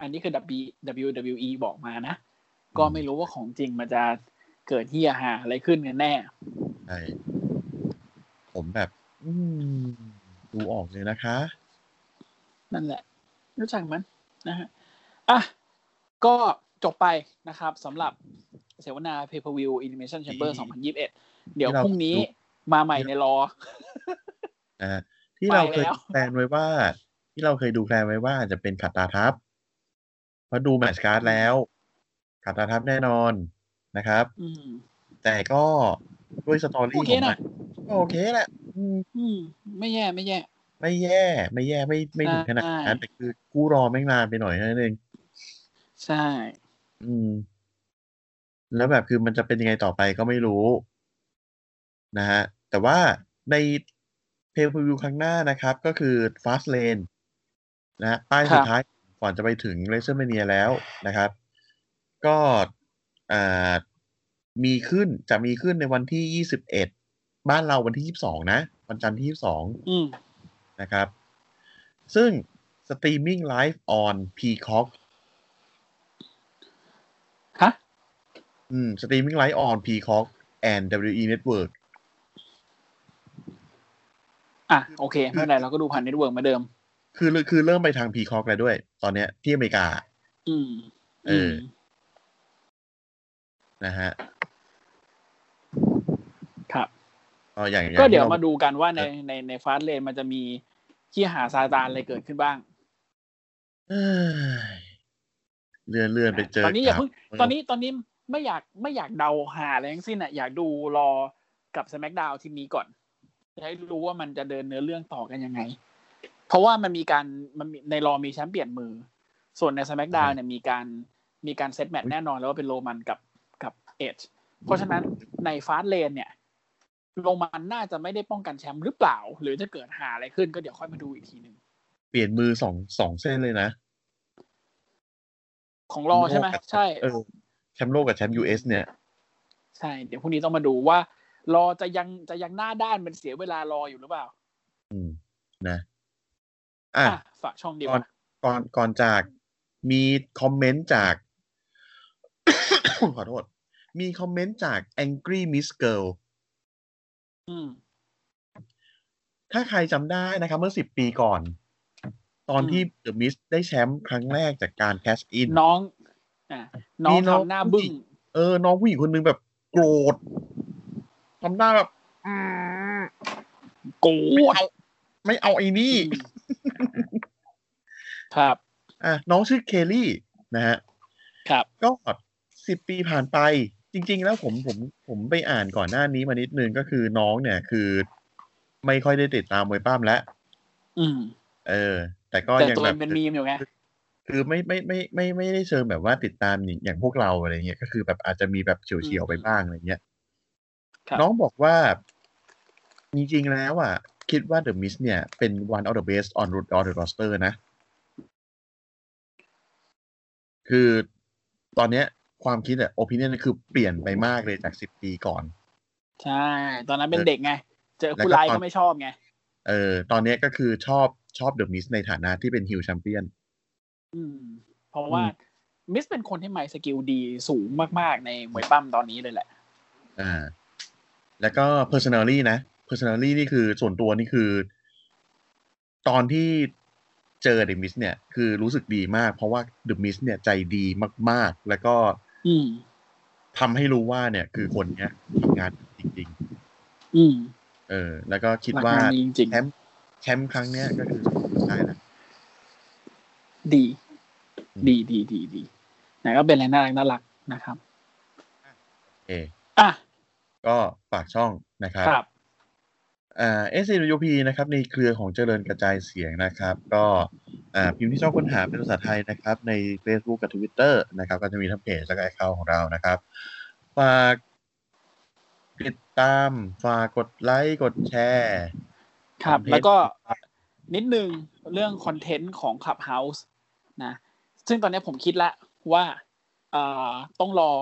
Speaker 3: อันนี้คือ W- WWE บอกมานะ ก็ไม่รู้ว่าของจริงมันจะเกิดเฮียหาอะไรขึ้นกันแน่
Speaker 2: ใช่ผมแบบ อืมดูออกเลยนะคะ
Speaker 3: นั่นแหละ รู้จักมันนะฮะอ่ะก็จบไปนะครับสำหรับเสวนา p a y p e r v i e w Elimination Chamber
Speaker 2: ที่
Speaker 3: 2021 เดี๋ยว
Speaker 2: ที่เรา
Speaker 3: พรุ่งนี้
Speaker 2: ดู
Speaker 3: มาใหม่ในรอ
Speaker 2: อ่าที่เราเคย
Speaker 3: ไปแล้ว
Speaker 2: แพลนไว้ว่า ที่เราเคยดูแพลนไว้ว่าจะเป็นขัดตาทับเพราะดูแมตช์การ์ดแล้วขัดตาทับแน่นอนนะครับ
Speaker 3: อืม
Speaker 2: แต่ก็ด้วยสตอ
Speaker 3: โอ
Speaker 2: รี่
Speaker 3: เค
Speaker 2: ของมัน
Speaker 3: นะ
Speaker 2: ก็โอเคแหละอืม
Speaker 3: อืม ไม่แย่ไม่แย่
Speaker 2: ไม่แย่ ไม่แย่ไม่ไม่ถึงขนาดนั้น
Speaker 3: ใช่
Speaker 2: แต่คือกูรอไม่งนานไปหน่อยแค่นั้นเอง
Speaker 3: ใช่
Speaker 2: อืม แล้วแบบคือมันจะเป็นยังไงต่อไปก็ไม่รู้ นะฮะ แต่ว่าในเพลย์พวิวครั้งหน้านะครับ ก็คือ Fast Lane นะฮะป้ายสุด
Speaker 3: ครับ
Speaker 2: ท้ายก่อนจะไปถึง r e s u m a n i a แล้วนะครับ ก็อ่ามีขึ้นจะมีขึ้นในวันที่ 21 บ้านเราวันที่ 22 นะ วันจันทร์ที่ 22
Speaker 3: อืม
Speaker 2: นะครับ ซึ่งสตรีมมิ่งไลฟ์ออน Peacock
Speaker 3: ฮะ
Speaker 2: อืมสตรีมมิ่งไลฟ์ออน Peacock and WE Network
Speaker 3: อ่ะ โอเค ไม่เป็นไรเราก็ดูผ่านเน็ตเวิร์กมาเดิม
Speaker 2: คือคือเริ่มไปทาง Peacock แล้วด้วย ตอนเนี้ยที่อเมริกา
Speaker 3: อืม
Speaker 2: เอออื นะฮะ
Speaker 3: ครับ
Speaker 2: ก็อย่างอง
Speaker 3: ก็เดี๋ยว
Speaker 2: ที่ร
Speaker 3: มาดูกันว่าในในในฟาสเลนมันจะมีเฮียหาซาตานอะไรเกิดขึ้นบ้าง
Speaker 2: เอ้ยเลื่อนเลื่อนไปเจอ
Speaker 3: ตอนนี้อย่าเพิ่ง
Speaker 2: ข่ว
Speaker 3: ตอนนี้ตอนนี้ไม่อยากไม่อยากเดาหาอะไรทั้งสิ้นอ่ะอยากดูรอกับส c k กดาวทีมนี้ก่อนจะให้รู้ว่ามันจะเดินเนื้อเรื่องต่อกันยังไง เพราะว่ามันมีการมันมีในรอมีแชมป์เปลี่ยนมือ ส่วนในส c k กดาวเนี่ยมีการมีการเซตแมตช์แน่นอนแล้วว่าเป็นโรมันกับกับเอจเพราะฉะนั้นในฟาสเลนเนี่ยโรมันน่าจะไม่ได้ป้องกันแชมป์หรือเปล่า หรือจะเกิดหาอะไรขึ้นก็เดี๋ยวค่อยมาดูอีกทีหนึ่ง
Speaker 2: เปลี่ยนมือสองสองเส้นเลยนะ
Speaker 3: ของรอใช่ไหมใช่
Speaker 2: เออแชมป์โลกกับแชมป์ US เนี่ย
Speaker 3: ใช่ เดี๋ยวพรุ่งนี้ต้องมาดูว่า รอจะยังจะยังหน้าด้านมันเสียเวลารออยู่หรือเปล่า
Speaker 2: อืม นะ อ่ะ
Speaker 3: อ่ะฝากช่องดีกว่า
Speaker 2: ก่อนก่อนจากมีคอมเมนต์จาก ขอโทษ มีคอมเมนต์จาก Angry Miss Girl
Speaker 3: อืม
Speaker 2: ถ้าใครจำได้นะครับ เมื่อสิบปีก่อน ตอนที่ The Mist ได้แชมป์ครั้งแรกจากการแคชอิน
Speaker 3: น้อง อ่ะน้อ
Speaker 2: มี
Speaker 3: ง
Speaker 2: น้อง
Speaker 3: ทำหน้าบึ้ง
Speaker 2: เออ น้องผู้หญิงคนหนึงแบบโกรธทำหน้าแบบ
Speaker 3: โกร
Speaker 2: ไม่
Speaker 3: ธ
Speaker 2: เอา ไม่เอาไอ้นี่
Speaker 3: อืมครับ
Speaker 2: อ่ะน้องชื่อเคลลี่นะฮะ
Speaker 3: ครับ
Speaker 2: ก็สิบปีผ่านไป จริง ๆ แล้วผมผมผมไปอ่านก่อนหน้านี้มานิดนึงก็คือน้องเนี่ยคือ ไม่ค่อยได้ติดตามมวยปั้มแล้ว
Speaker 3: อืม
Speaker 2: เออ แต่ก็
Speaker 3: แต่
Speaker 2: ยัง
Speaker 3: ตัว
Speaker 2: แบ
Speaker 3: เอบ งเป็นมีมอยู่ไง
Speaker 2: คือไม่ไม่ไม่ไม่ไม่ได้เชิงแบบว่าติดตามอย่างอย่างพวกเราอะไรเงี้ยก็คือแบบอาจจะมีแบบเฉียวเฉียวๆไปบ้างอะไรเงี้ย
Speaker 3: ครับ
Speaker 2: น้องบอกว่า จริง ๆ แล้วอ่ะ คิดว่า The Miss เนี่ยเป็น one of the best on route on the roster นะ คือตอนเนี้ยความคิดอะ opinion เนี่ยคือเปลี่ยนไปมากเลยจากสิบปีก่อน
Speaker 3: ใช่ ตอนนั้นเป็นเด็กไง เจอ
Speaker 2: แล้วก็
Speaker 3: คุณไลาย
Speaker 2: ตอน
Speaker 3: ก็ไม่ชอบไง
Speaker 2: เออ ตอนเนี้ยก็คือชอบชอบเดอะมิสในฐานะที่เป็นฮิ c แชมเปี้ยน
Speaker 3: อืม เพราะว่ามิสเป็นคนที่ไมค์สกิลดีสูงมากๆในมวยปั้มตอนนี้เลยแหละ
Speaker 2: อ่า แล้วก็ personally นะ personally นี่คือส่วนตัวนี่คือ ตอนที่เจอเดอะมิสเนี่ย คือรู้สึกดีมาก เพราะว่าเดอะมิสเนี่ยใจดีมาก ๆ แล้วก็
Speaker 3: อืม
Speaker 2: ทำให้รู้ว่าเนี่ยคือคนเนี้ยทำงานจริง
Speaker 3: อืม
Speaker 2: ๆ เออ แล้วก็คิดว่า
Speaker 3: รักงนนี้จริง
Speaker 2: แชมป์แชมป์ครั้งเนี้ยก็คือได้แล้ว
Speaker 3: ๆดี
Speaker 2: อืม
Speaker 3: ดีดีดีดีนะก็เป็นอะไรน่ารักน่ารักนะครับ
Speaker 2: เออ
Speaker 3: อ่ะ
Speaker 2: ก็ฝากช่องนะครับ
Speaker 3: ครับ
Speaker 2: อ่า SCWP นะครับ ในเครือของเจริญกระจายเสียงนะครับ ก็อ่าพิมพ์ที่ชอบค้นหาเป็นภาษาไทยนะครับ ใน Facebook กับ Twitter นะครับ ก็จะมีทั้งเพจและก็แอคเคาท์ของเรานะครับ ฝากติดตาม ฝากกดไลค์กดแชร์
Speaker 3: ครับ
Speaker 2: คอนเทนต์
Speaker 3: แล้วก็นิดนึงเรื่องคอนเทนต์ของ Clubhouse นะ ซึ่งตอนนี้ผมคิดละว่าเอ่อต้องรอ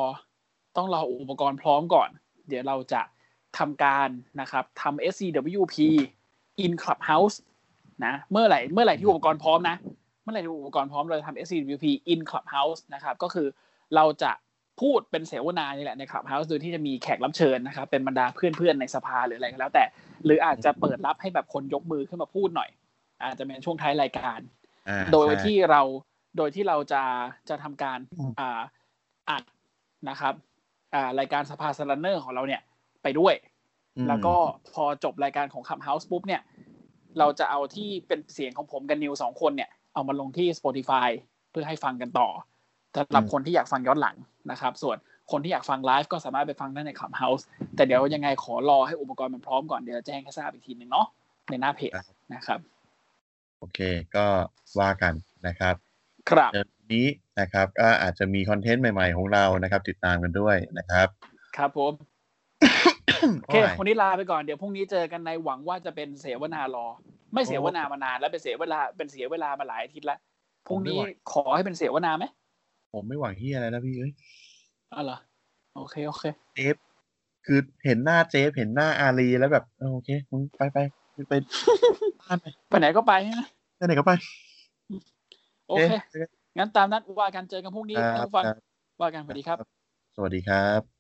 Speaker 3: ต้องรออุปกรณ์พร้อมก่อน เดี๋ยวเราจะทำการนะครับทำ SCWP in Clubhouse นะเมื่อไหร่เมื่อไหร่ที่อุปกรณ์พร้อมนะ เมื่อไหร่ที่อุปกรณ์พร้อมเราจะทำ SCWP in Clubhouse นะครับ ก็คือเราจะพูดเป็นเสวนานี่แหละใน Clubhouse โดยที่จะมีแขกรับเชิญนะครับ เป็นบรรดาเพื่อนๆในสภาหรืออะไรก็แล้วแต่ หรืออาจจะเปิดรับให้แบบคนยกมือขึ้นมาพูดหน่อย อาจจะเป็นช่วงท้ายรายการ
Speaker 2: อ่า
Speaker 3: โดย
Speaker 2: ใช่
Speaker 3: ที่เราโดยที่เราจะจะทำการอ่าอัดนะครับอ่ารายการสภาสลันเนอร์ของเราเนี่ยไปด้วย
Speaker 2: อืม
Speaker 3: แล้วก็พอจบรายการของ Clubhouse ปุ๊บเนี่ย เราจะเอาที่เป็นเสียงของผมกับนิวสองคนเนี่ย เอามาลงที่ Spotify เพื่อให้ฟังกันต่อสำหรับคนที่อยากฟังย้อนหลังนะครับ ส่วนคนที่อยากฟังไลฟ์ก็สามารถไปฟังได้ใน Clubhouse แต่เดี๋ยวยังไงขอรอให้อุปกรณ์มันพร้อมก่อนเดี๋ยวจะแจ้งให้ทราบอีกทีหนึ่งเนาะในหน้าเพจนะครับ
Speaker 2: โอเคก็ว่ากันนะครับ
Speaker 3: ครับ
Speaker 2: เดี๋ยวนี้นะครับก็อาจจะมีคอนเทนต์ใหม่ ๆ ของเรานะครับ ติดตามกันด้วยนะครับ
Speaker 3: ครับผม โอเค
Speaker 2: Alright
Speaker 3: วันนี้ลาไปก่อน เดี๋ยวพรุ่งนี้เจอกันในหวังว่าจะเป็นเสวนารอ ไม่เสวนามานานแล้วเป็นเสวลาเป็นเสียเวลามาหลายอาทิตย์ละพรุ่งนี้
Speaker 2: ผมไม่ไหว
Speaker 3: ขอให้เป็นเสวนาไหม
Speaker 2: ผมไม่หวังที่อะไรนะพี่เอ้ย
Speaker 3: อ๋อเหรอโอเคโอเค
Speaker 2: เจฟคือเห็นหน้าเจฟเห็นหน้าอารีแล้วแบบเออโอเคมึงไปไป ไปไปบ้านไป
Speaker 3: ไปไหนก็ไปนะ
Speaker 2: ไปไหนก็ไป
Speaker 3: โอเค งั้นตามนั้นว่ากันเจอกันพรุ่งนี้
Speaker 2: ค
Speaker 3: ท่าน
Speaker 2: รับ
Speaker 3: ผู้ฟัง
Speaker 2: ครับ
Speaker 3: ว่ากันสวัสดีครับ
Speaker 2: สวัสดีครับ